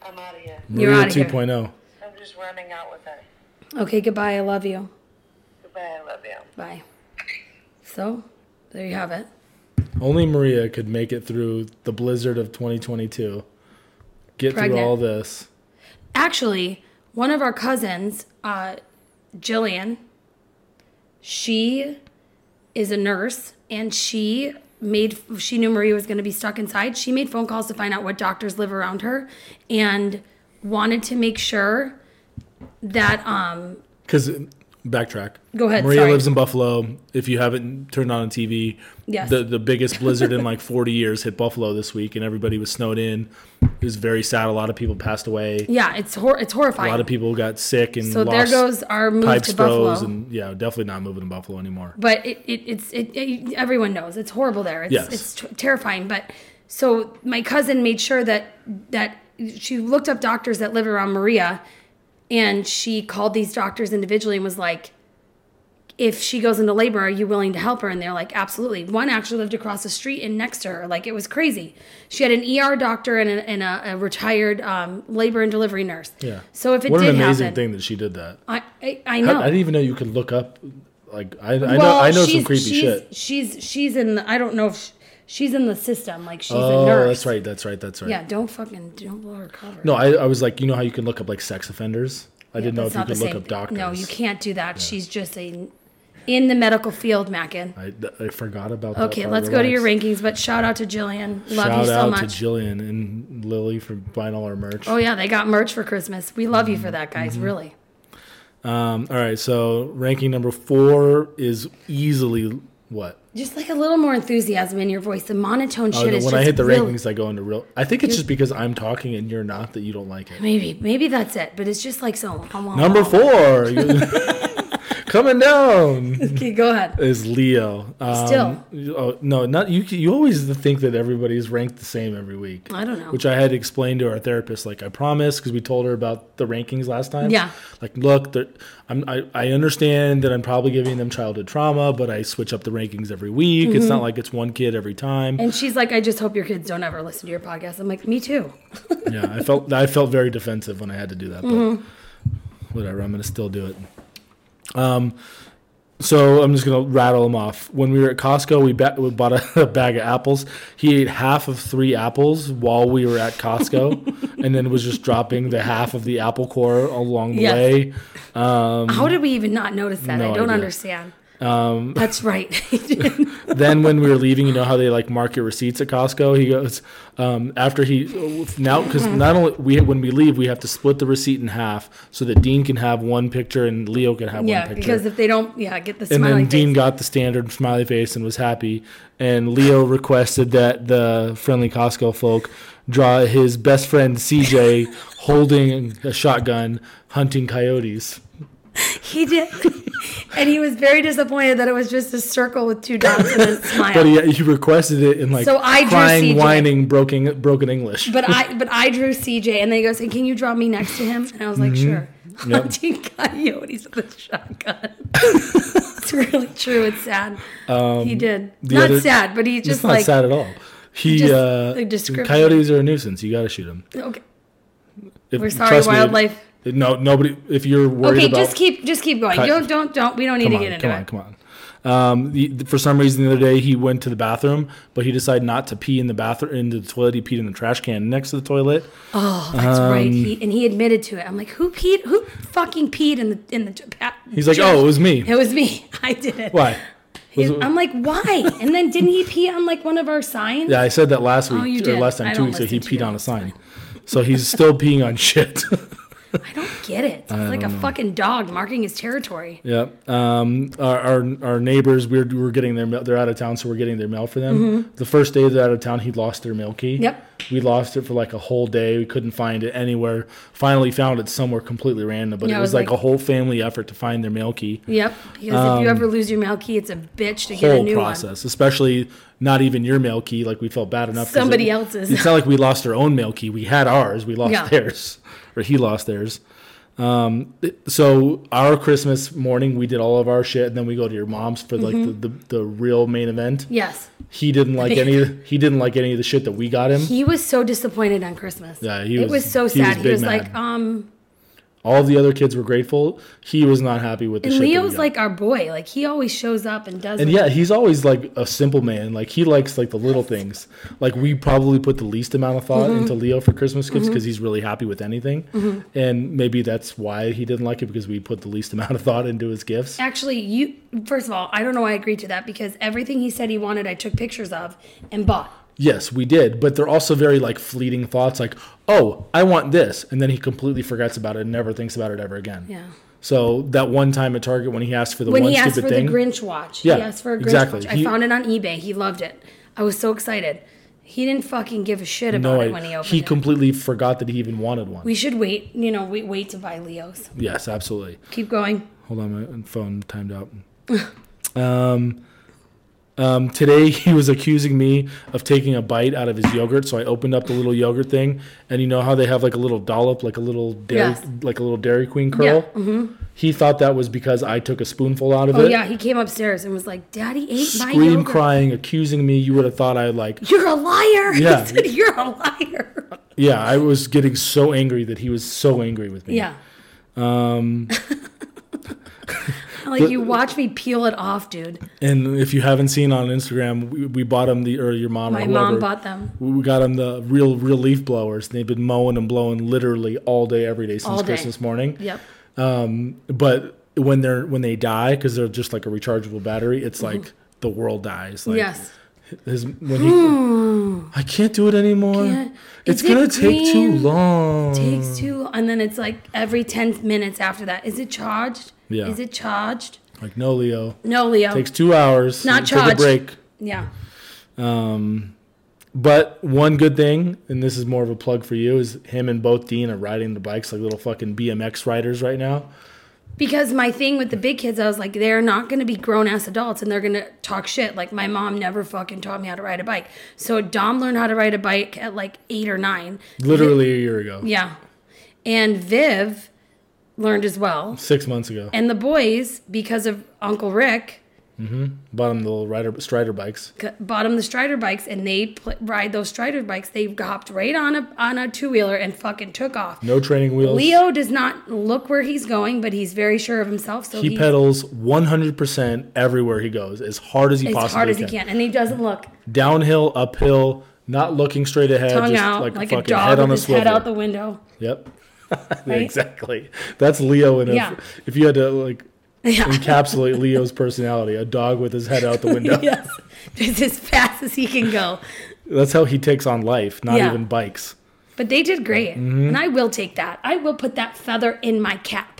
I'm out of here.
you're
Maria oh.
out of here.
2.0.
I'm just running out with her.
Okay, goodbye. I love you.
Goodbye, I love you.
Bye. So, there you have it.
Only Maria could make it through the blizzard of 2022. Get
Pregnant.
through all this.
Actually, one of our cousins, uh, Jillian, she is a nurse and she made she knew Maria was going to be stuck inside. She made phone calls to find out what doctors live around her and wanted to make sure that um
Because backtrack.
Go ahead,
Maria
sorry.
lives in Buffalo. If you haven't turned on a TV,
Yes.
the the biggest blizzard
<laughs>
in like 40 years hit Buffalo this week, and everybody was snowed in. It was very sad. A lot of people passed away.
yeah, it's hor- it's horrifying.
A lot of people got sick and
So there
lost
goes our move
pipes,
to Buffalo.
throws, and yeah, definitely not moving to Buffalo anymore.
but it, it it's it, it- everyone knows it's horrible there. It's
Yes.
it's t- terrifying. But So my cousin made sure that that she looked up doctors that live around Maria, and she called these doctors individually and was like, if she goes into labor, are you willing to help her? And they're like, absolutely. One actually lived across the street and next to her. Like it was crazy. She had an ER doctor and a, and a, a retired um, labor and delivery nurse.
Yeah.
So if it
what
did
an amazing
happen,
thing that she did that.
I, I I
I,
know.
I didn't even know you could look up. Like I, I know
Well,
I know some
she's-
creepy
she's,
shit.
She's she's in. The, I don't know if sh she's in the system. Like she's
Oh,
a nurse.
that's right. That's right. That's right.
Yeah. Don't fucking don't blow her cover.
No, I, I was like, you know how you can look up like sex offenders. I didn't know if
That's
you
not the
could look
same
up doctors.
thing. No, you can't do that. She's just a in the medical field, Mackin.
I, th- I forgot about that.
Okay,
part.
let's go to your
Relax.
rankings. But shout out to Jillian. Love
Shout
you so
out
much.
to Jillian and Lily for buying all our merch.
oh yeah, they got merch for Christmas. We love you
Mm-hmm,
for that, guys. Really.
Um, all right, so ranking number four is easily what?
Just like a little more enthusiasm in your voice. The monotone
Oh,
shit
no,
is
when
just
I hit the
really,
rankings, I go into real. I think it's just because I'm talking and you're not that you don't like it.
Maybe, maybe that's it. But it's just like so.
Number four,
<laughs>
you- <laughs> coming down
Okay, go <laughs> ahead.
is Leo. Um,
Still.
oh no, not you. You always think that everybody is ranked the same every week.
I don't know.
Which I had to explain to our therapist, like I promised, because we told her about the rankings last time.
Yeah.
Like, look, they're- I'm, I, I understand that I'm probably giving them childhood trauma, but I switch up the rankings every week.
Mm-hmm.
It's not like it's one kid every time.
And she's like, I just hope your kids don't ever listen to your podcast. I'm like, me too.
yeah, I felt I felt very defensive when I had to do that, but whatever. I'm gonna still do it. Um, so I'm just gonna rattle them off. When we were at Costco, we, ba- we bought a, <laughs> bag of apples. He ate half of three apples while we were at Costco, and then was just dropping the half of the apple core along the
Yes.
way.
How did we even not notice that?
Um, No
I don't
idea.
understand. Um, That's
<laughs>
right. <laughs>
then when we were leaving, you know how they like mark your receipts at Costco. He goes um, after he now because not only we when we leave we have to split the receipt in half so that Dean can have one picture and Leo can have
yeah,
one picture.
because if they don't, yeah, get the
and
smiley
then
face.
Dean got the standard smiley face and was happy. And Leo requested that the friendly Costco folk draw his best friend
<laughs>
CJ holding a shotgun hunting coyotes.
he did, <laughs> and he was very disappointed that it was just a circle with two dots
<laughs>
and a smile.
But he, he requested it in like
So I drew
crying,
CJ.
whining, broken broken English.
But I but I drew CJ and then he goes, hey, can you draw me next to him? And I was like, sure.
Mm-hmm.
<laughs>
Yep.
Hunting coyotes with
<laughs>
a shotgun. it's really true. It's sad. he did.
Um, the
Not
other-
sad, but he just
it's not
like
sad at all. He
Just
uh,
the description.
coyotes are a nuisance. You got to shoot them.
okay.
If,
We're sorry,
trust me,
wildlife.
it- no, nobody. If you're worried
Okay,
about,
just keep just keep going.
Cut.
You don't don't we don't need
come
to
on,
get into
come
it.
on, come on. Um, the, for some reason, the other day he went to the bathroom, but he decided not to pee in the bathroom into the toilet. He peed in the trash can next to the toilet.
Oh, that's right. He and he admitted to it. I'm like, who peed? Who fucking peed in the in the? pa-
He's like, "Oh, it was me."
<laughs> It was me. I did it.
Why?
He-
Was it-
I'm like, why? And then didn't he pee on like one of our signs?
Yeah, I said that last week
Oh, you
or
did.
last time
I
two
don't
weeks ago. He
listen to
peed
you.
on a
<laughs>
sign, so he's still peeing on shit. <laughs>
I don't get it. It's like a fucking dog marking his territory.
Yeah. Um, our, our our neighbors, we're we're getting their mail. They're out of town, so we're getting their mail for them. The first day they're out of town, he lost their mail key.
Yep.
We lost it for like a whole day. We couldn't find it anywhere. Finally found it somewhere completely random, but
Yeah,
it was like, a whole family effort to find their mail key.
Yep. Because if you ever lose your mail key, it's a bitch to get a
Um, Whole
new one.
process, especially not even your mail key. Like we felt bad enough. 'cause
Somebody
it-
else's.
It's not like we lost our own mail key. We had ours. We lost
Yeah.
theirs, <laughs> or he lost theirs. Um, so our Christmas morning, we did all of our shit, and then we go to your mom's for like
Mm-hmm.
the, the, the real main event.
Yes.
He didn't like any. He didn't like any of the shit that we got him.
<laughs> He was so disappointed on Christmas.
Yeah, he
it
was-
was so
he was
sad. He was,
big
like,
mad.
um,
All the other kids were grateful. He was not happy with the
and
shit. that we
Leo's
got.
like our boy. Like he always shows up and does.
and
what-
yeah, he's always like a simple man. Like he likes like the little things. Like we probably put the least amount of thought into
Mm-hmm.
Leo for Christmas gifts because he's really happy with anything, and maybe that's why he didn't like it because we put the least amount of thought into his gifts.
Actually, you first of all, I don't know why I agreed to that because everything he said he wanted, I took pictures of and bought.
Yes, we did, but they're also very like fleeting thoughts like, "Oh, I want this." And then he completely forgets about it and never thinks about it ever again.
Yeah.
So that one time at Target when he asked for the
When
one
he asked
stupid
for
thing.
the Grinch watch,
Yeah,
he asked for a Grinch
exactly.
watch.
He-
I found it on eBay. He loved it. I was so excited. He didn't fucking give a shit about
no,
it
I-
when he opened
he
it.
completely forgot that he even wanted one.
we should wait. You know, we wait to buy Leo's.
yes, absolutely.
Keep going.
Hold on, my phone timed out. <laughs> um, Um, today <laughs> he was accusing me of taking a bite out of his yogurt, so I opened up the little yogurt thing, and you know how they have like a little dollop, like a little dairy,
Yes. mm-hmm.
like a little Dairy Queen curl. He thought that was because I took a spoonful out of
Oh
it.
yeah, he came upstairs and was like, "Daddy ate my
Scream,
yogurt."
crying, accusing me. You would have thought I like
You're a liar. <laughs>
Yeah.
He said, "You're a liar."
Yeah, I was getting so angry that he was so angry with me.
Yeah. Um. <laughs> like you watch me peel it off, dude.
And if you haven't seen on Instagram, we, we bought him the, or your mom or
My
whoever.
mom bought them
we got him the real, real leaf blowers. They've been mowing and blowing literally all day, every day since
All day.
Christmas morning.
Yep.
But when they're, when they die, because they're just like a rechargeable battery, it's like the world dies. Like
Mm-hmm. yes.
His, when he,
<gasps>
I can't do it anymore.
Can't-
It's
Is it
going to take too
green?
long.
Takes two, and then it's like every ten minutes after that. Is it charged?
Yeah.
Is it charged?
like, no, Leo.
No, Leo.
Takes two hours. Take
Not
a
charged.
break.
yeah.
But one good thing, and this is more of a plug for you, is him and both Dean are riding the bikes like little fucking BMX riders right now.
Because my thing with the big kids, I was like, they're not going to be grown ass adults and they're going to talk shit. Like, my mom never fucking taught me how to ride a bike. So, Dom learned how to ride a bike at like eight or nine.
Literally a year ago,
Yeah. And Viv learned as well.
six months ago,
And the boys, because of Uncle Rick,
bought him the little rider Strider bikes.
c- bought them the Strider bikes and they pl- ride those Strider bikes. They hopped right on a, on a two wheeler and fucking took off.
No training wheels.
Leo does not look where he's going, but he's very sure of himself. So
he
he-
pedals 100% everywhere he goes, as hard as he
as
possibly
hard as
can.
he can. And he doesn't look.
Downhill, uphill, not looking straight ahead,
tongue
just
out
like,
like,
a
a,
fucking
dog
head on a
with his head
swivel.
out the window. <laughs>
Yep. <laughs>
Right?
exactly. That's Leo. And
Yeah.
if, if you had to like
Yeah.
encapsulate Leo's personality, a dog with his head out the window.
<laughs> yes. Just as fast as he can go.
That's how he takes on life, not
Yeah.
even bikes.
But they did great.
Mm-hmm.
And I will take that. I will put that feather in my cap.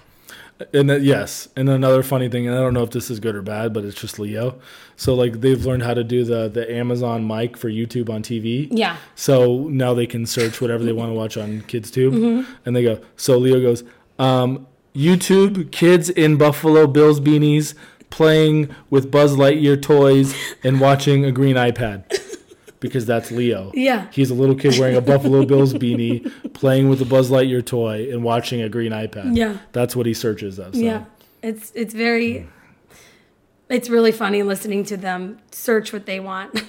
And that, yes, and another funny thing, and I don't know if this is good or bad, but it's just Leo. So like they've learned how to do the the Amazon mic for YouTube on TV.
Yeah.
So now they can search whatever they want to watch on KidsTube,
Mm-hmm.
and they go. So Leo goes, um, YouTube kids in Buffalo Bills beanies playing with Buzz Lightyear toys and watching a green iPad. Because that's Leo.
Yeah.
He's a little kid wearing a Buffalo Bills beanie, playing with a Buzz Lightyear toy, and watching a green iPad.
Yeah.
That's what he searches of. So.
Yeah. It's it's very it's really funny listening to them search what they
<sighs>
want.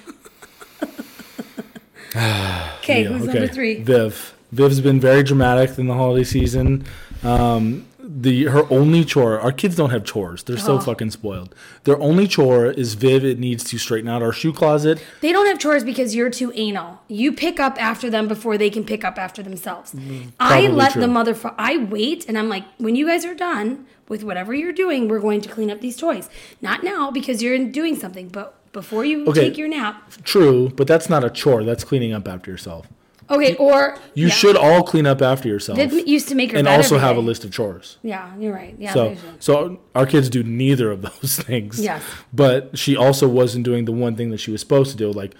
okay,
Yeah,
who's number three?
Viv. Viv's been very dramatic in the holiday season. Um, the her only chore. Our kids don't have chores. They're so
Oh.
fucking spoiled. Their only chore is Viv. It needs to straighten out our shoe closet.
They don't have chores because you're too anal. You pick up after them before they can pick up after themselves. I
Mm, probably
let
true.
the motherfucker. I wait, and I'm like, when you guys are done with whatever you're doing, we're going to clean up these toys. Not now because you're in- doing something, but before you
Okay.
take your nap.
True, but that's not a chore. That's cleaning up after yourself.
Okay, or
You
yeah.
should all clean up after yourself,
Viv used to make her
and
bed
also
every
have a
day.
list of chores.
Yeah, you're right. Yeah.
So,
there's one.
so our kids do neither of <laughs> those things.
Yes.
But she also wasn't doing the one thing that she was supposed to do. Like,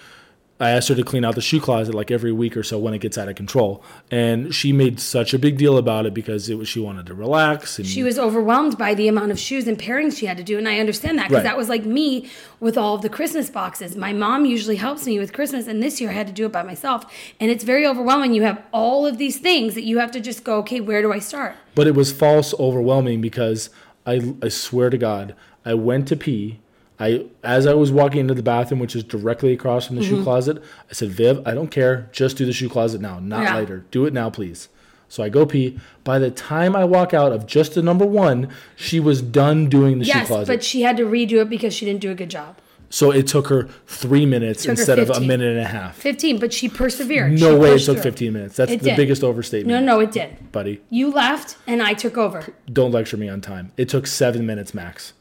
I asked her to clean out the shoe closet like every week or so when it gets out of control, and she made such a big deal about it because it was she wanted to relax and
she was overwhelmed by the amount of shoes and pairings she had to do and i understand that because
Right.
that was like me with all of the christmas boxes my mom usually helps me with christmas and this year i had to do it by myself and it's very overwhelming you have all of these things that you have to just go okay where do i start
But it was false overwhelming because I, I swear to God, I went to pee. I as I was walking into the bathroom, which is directly across from the
Mm-hmm.
shoe closet, I said, Viv, I don't care. Just do the shoe closet now, not
Yeah.
later. Do it now, please. So I go pee. By the time I walk out of just the number one, she was done doing the shoe
yes
closet.
but she had to redo it because she didn't do a good job
so it took her three minutes
Took her
instead of a
15.
minute and a half.
15 but she persevered
No
She
way it
pushed
took
through.
15 minutes. That's
It
the
did.
biggest overstatement.
no no it did
buddy.
you left and i took over
don't lecture me on time. It took seven minutes max.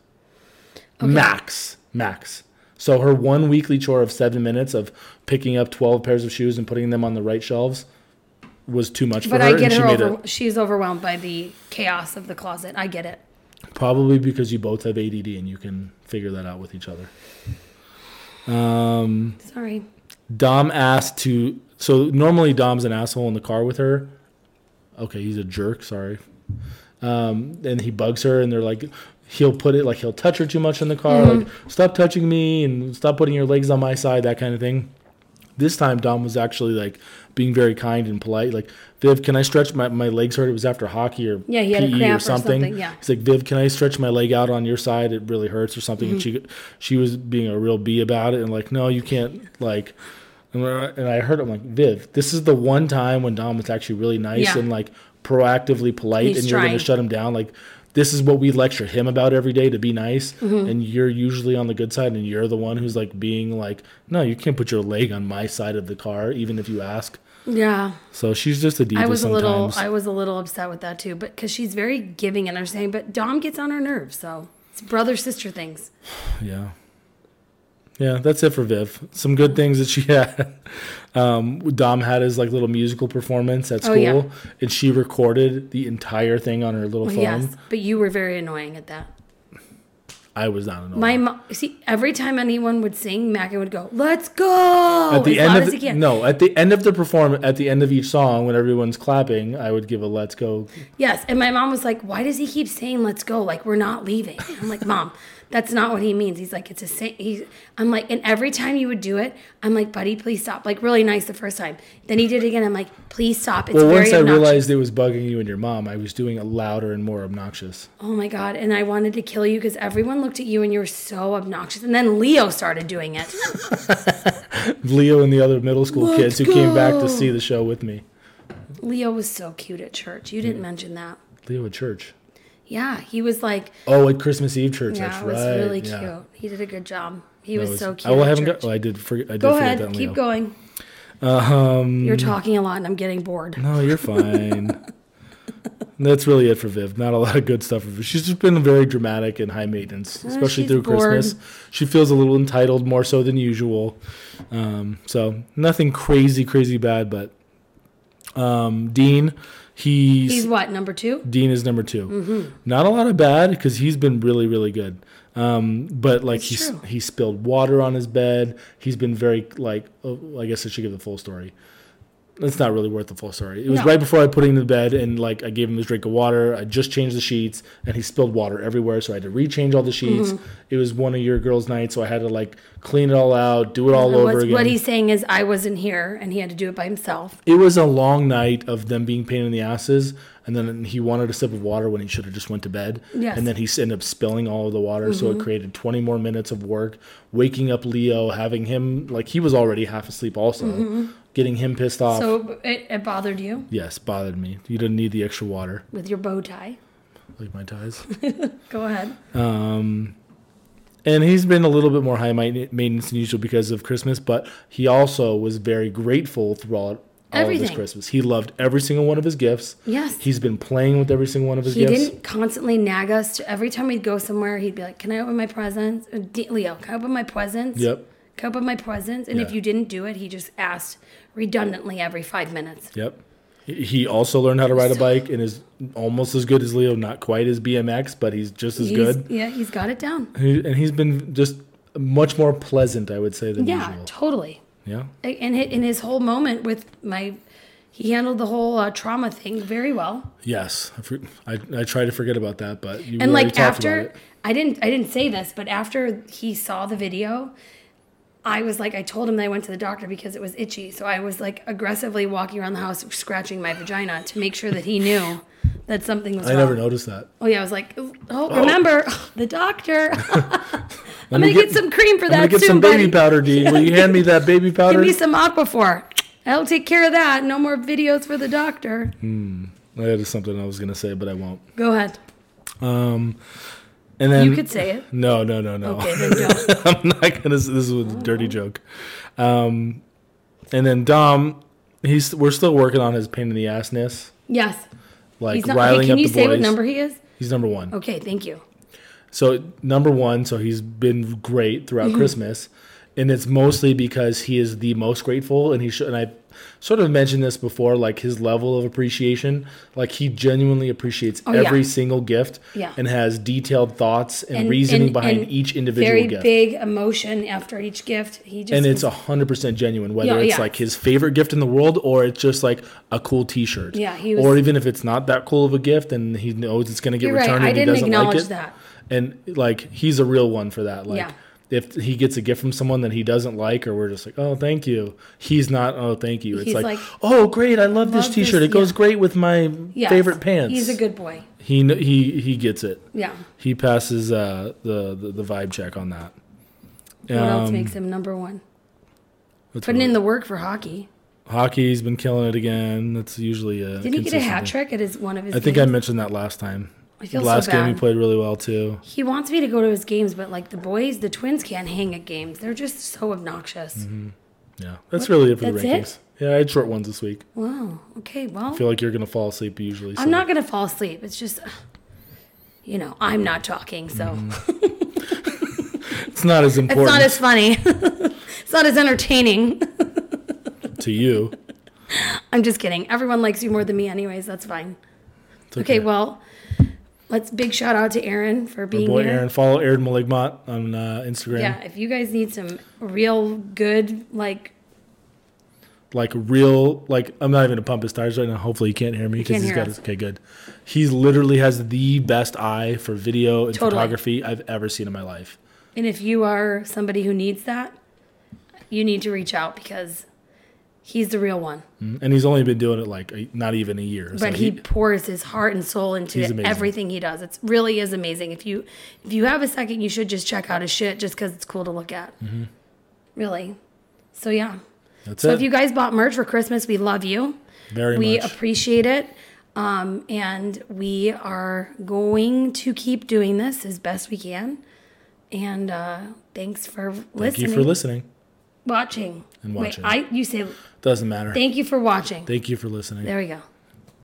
Max. Max. So her one weekly chore of seven minutes of picking up 12 pairs of shoes and putting them on the right shelves was too much for
but
her.
i
and
get her
she
over
made
she's overwhelmed by the chaos of the closet i get it
it probably because you both have ADD and you can figure that out with each other.
sorry
Dom asked to. So normally Dom's an asshole in the car with her. Okay, he's a jerk. Sorry. Um, and he bugs her, and they're like, he'll put it like he'll touch her too much in the car,
Mm-hmm.
like stop touching me and stop putting your legs on my side, that kind of thing. This time Dom was actually like being very kind and polite, like Viv, can I stretch my, my legs hurt? It was after hockey or
Yeah, he had a
PE
cramp or something, yeah.
He's like, Viv, can I stretch my leg out on your side? It really hurts or something. And she
Mm-hmm.
she was being a real bee about it and like, no, you can't like and I- and I heard him like, Viv, this is the one time when Dom was actually really nice
Yeah.
and like proactively polite
He's
and you're
trying.
gonna shut him down. Like this is what we lecture him about every day to be nice
Mm-hmm.
and you're usually on the good side and you're the one who's like being like, No, you can't put your leg on my side of the car, even if you ask.
Yeah.
So she's just a diva
I was
sometimes.
a little I was a little upset with that too, but because she's very giving and understanding, but Dom gets on her nerves, so it's brother sister things.
Yeah. Yeah, that's it for Viv. Some good things that she <laughs> had. Um, Dom had his like little musical performance at
Oh,
school,
yeah.
and she recorded the entire thing on her little phone.
Yes, but you were very annoying at that.
I was not annoyed.
My mo- see every time anyone would sing, Mackin would go, "Let's go!"
at the
as loud
end of
as
the-
he can.
no, at the end of the perform, at the end of each song, when everyone's clapping, I would give a "Let's go."
Yes, and my mom was like, "Why does he keep saying let's go? Like we're not leaving." I'm like, "Mom, that's not what he means." He's like, "It's a sa- he." I'm like, and every time you would do it, I'm like, "Buddy, please stop." Like really nice the first time. Then he did it again. I'm like, "Please stop." It's
Well,
very
once I
obnoxious.
realized it was bugging you and your mom, I was doing it louder and more obnoxious.
Oh my god! And I wanted to kill you because everyone looked at you and you were so obnoxious. And then Leo started doing it.
Leo and the other middle school
Let's
kids who came back
go.
to see the show with me.
Leo was so cute at church. You
Mm.
didn't mention that.
Leo at church.
Yeah, he was like,
Oh, at Christmas Eve church.
yeah,
that's
it was
right.
really
yeah.
cute. He did a good job. He
That
was,
was-
so cute.
I will
at
haven't
church.
got. Oh, I did. Forget, I did
Go
forget
ahead,
that, Leo.
keep going.
Um,
You're talking a lot, and I'm getting bored.
no,
<laughs>
you're fine. That's really it for Viv. Not a lot of good stuff. for Viv. She's just been very dramatic and high maintenance, especially
Ah, she's
through
bored.
Christmas. She feels a little entitled more so than usual. Um, so nothing crazy, crazy bad. But um, Dean, he's,
He's what number two?
Dean is number 2
Mm-hmm.
Not a lot of bad because he's been really, really good. Um, but like he
true.
he spilled water on his bed. He's been very like oh, I guess I should give the full story. That's not really worth the full story. It was
No.
right before I put him to bed and like I gave him his drink of water. I just changed the sheets and he spilled water everywhere, so I had to rechange all the sheets.
Mm-hmm.
It was one of your girls' nights, so I had to like clean it all out, do it all over
What's-
again.
What he's saying is, I wasn't here, and he had to do it by himself.
it was a long night of them being pain in the asses and then he wanted a sip of water when he should have just went to bed
Yes. Mm-hmm.
and then he s- ended up spilling all of the water so it created 20 more minutes of work waking up leo having him like he was already half asleep also getting him pissed off
Mm-hmm. So it, it bothered you
yes bothered me you didn't need the extra water
with your bow tie.
like my ties <laughs>
Go ahead.
And he's been a little bit more high main- maintenance than usual because of Christmas, but he also was very grateful throughout all of
Everything.
his Christmas. He loved every single one of his gifts.
Yes.
He's been playing with every single one of his
He
gifts.
didn't constantly nag us. To, every time we'd go somewhere, he'd be like, "Can I open my presents?" Uh, D- Leo, can I open my presents?
Yep.
Can I open my presents? And if
Yeah.
you didn't do it, he just asked redundantly every five minutes.
Yep. He- He also learned how to ride a bike and is almost as good as Leo, not quite as BMX, but he's just as
He's-
good.
Yeah, he's got it
<laughs>
down.
He- And he's been just much more pleasant, I would say, than
Yeah,
usual.
totally.
Yeah.
A- And hi- in his whole moment with my, he handled the whole uh, trauma thing very well.
Yes. I, for, I, I try to forget about that, but you
and
already
like
talked about
after
it.
i didn't i didn't say this but after he saw the video i was like i told him that i went to the doctor because it was itchy so i was like aggressively walking around the house scratching my vagina to make sure that he knew that something was
I
wrong
never noticed that.
oh yeah i was like oh, remember <laughs>
<laughs>
the doctor i'm
me
gonna get,
get-
some cream for
I'm
that
gonna get
soon
some baby
buddy.
powder, Dean. Will you hand me that baby powder?
<laughs> give me some aquaphor i'll take care of that no more videos for the doctor
That is something I was gonna say, but I won't.
go ahead
Um, and then
you could say it
no, no, no, no.
okay then
<laughs>
don't
I'm not gonna. s- This was a dirty joke. Um, and then Dom, he's we're still working on his pain in the assness,
yes
like
he's not
riling
okay, can
up
you
the
say
boys.
what number he is
he's number one.
okay thank you
So number one, so he's been great throughout
Mm-hmm.
Christmas, and it's mostly because he is the most grateful, and he should. And I sort of mentioned this before, like his level of appreciation, like he genuinely appreciates
Oh, yeah.
every single gift,
Yeah.
and has detailed thoughts and,
And-
reasoning
and-
behind
and
each individual
very
gift.
big emotion after each gift. He just
and it's a hundred percent genuine, whether
Yeah,
it's
yeah.
like his favorite gift in the world or it's just like a cool T-shirt.
Yeah, he was-
or even if it's not that cool of a gift, and he knows it's going to get
You're right.
returned,
I
and he
didn't
doesn't like
acknowledge
it.
that.
and like he's a real one for that. Like
Yeah.
if he gets a gift from someone that he doesn't like, or we're just like, oh, thank you. He's not, oh, thank you. It's
He's
like,
like,
oh, great, I love, this
"Love
T-shirt.
this,"
it goes
yeah.
great with my
Yes.
favorite pants.
He's a good boy.
He kn- he he gets it.
Yeah.
He passes uh, the, the the vibe check on that.
What else
Um,
makes him number one?
that's
Putting
what-
in the work for hockey.
hockey's been killing it again. That's usually a.
Did he get a
consistent
hat
thing.
trick at his one of his?
I think I
games?
mentioned that last time.
I feel
the
so
last game he
bad.
played really well too.
He wants me to go to his games, but like the boys, the twins can't hang at games. They're just so obnoxious.
Mm-hmm. Yeah, that's really it for
That's
the
it?
rankings. Yeah, I had short ones this week.
Wow. Okay. Well,
I feel like you're gonna fall asleep usually. So.
I'm not gonna fall asleep. It's just, you know, I'm not talking, so
It's not as
<laughs> it's
Mm-hmm. important
not as funny. <laughs> it's not as entertaining.
to you.
I'm just kidding. Everyone likes you more than me, anyways. That's fine.
It's
Okay. Well, let's big shout out to Aaron for
My
being
boy
here.
Aaron, follow Aaron Maligmont on uh, Instagram.
Yeah. If you guys need some real good, like,
Like real, like I'm not even gonna pump his tires right now. Hopefully he can't hear me
can't
because he's
hear
got
us.
his. Okay, good. He literally has the best eye for video and
Totally.
photography I've ever seen in my life.
and if you are somebody who needs that, you need to reach out because he's the real one.
And he's only been doing it like a, not even a year. so
but he, pours his heart and soul into
He's amazing.
everything he does. It really is amazing. If you if you have a second, you should just check out his shit just because it's cool to look at.
Mm-hmm.
Really. So yeah.
that's
So
it.
if you guys bought merch for Christmas, we love you.
Very
we
much.
appreciate it. Um, and we are going to keep doing this as best we can. And uh, thanks for
Thank
listening,
you for listening.
watching,
And watching.
Wait, I you say
Doesn't matter.
thank you for watching.
Thank you for listening.
there we go.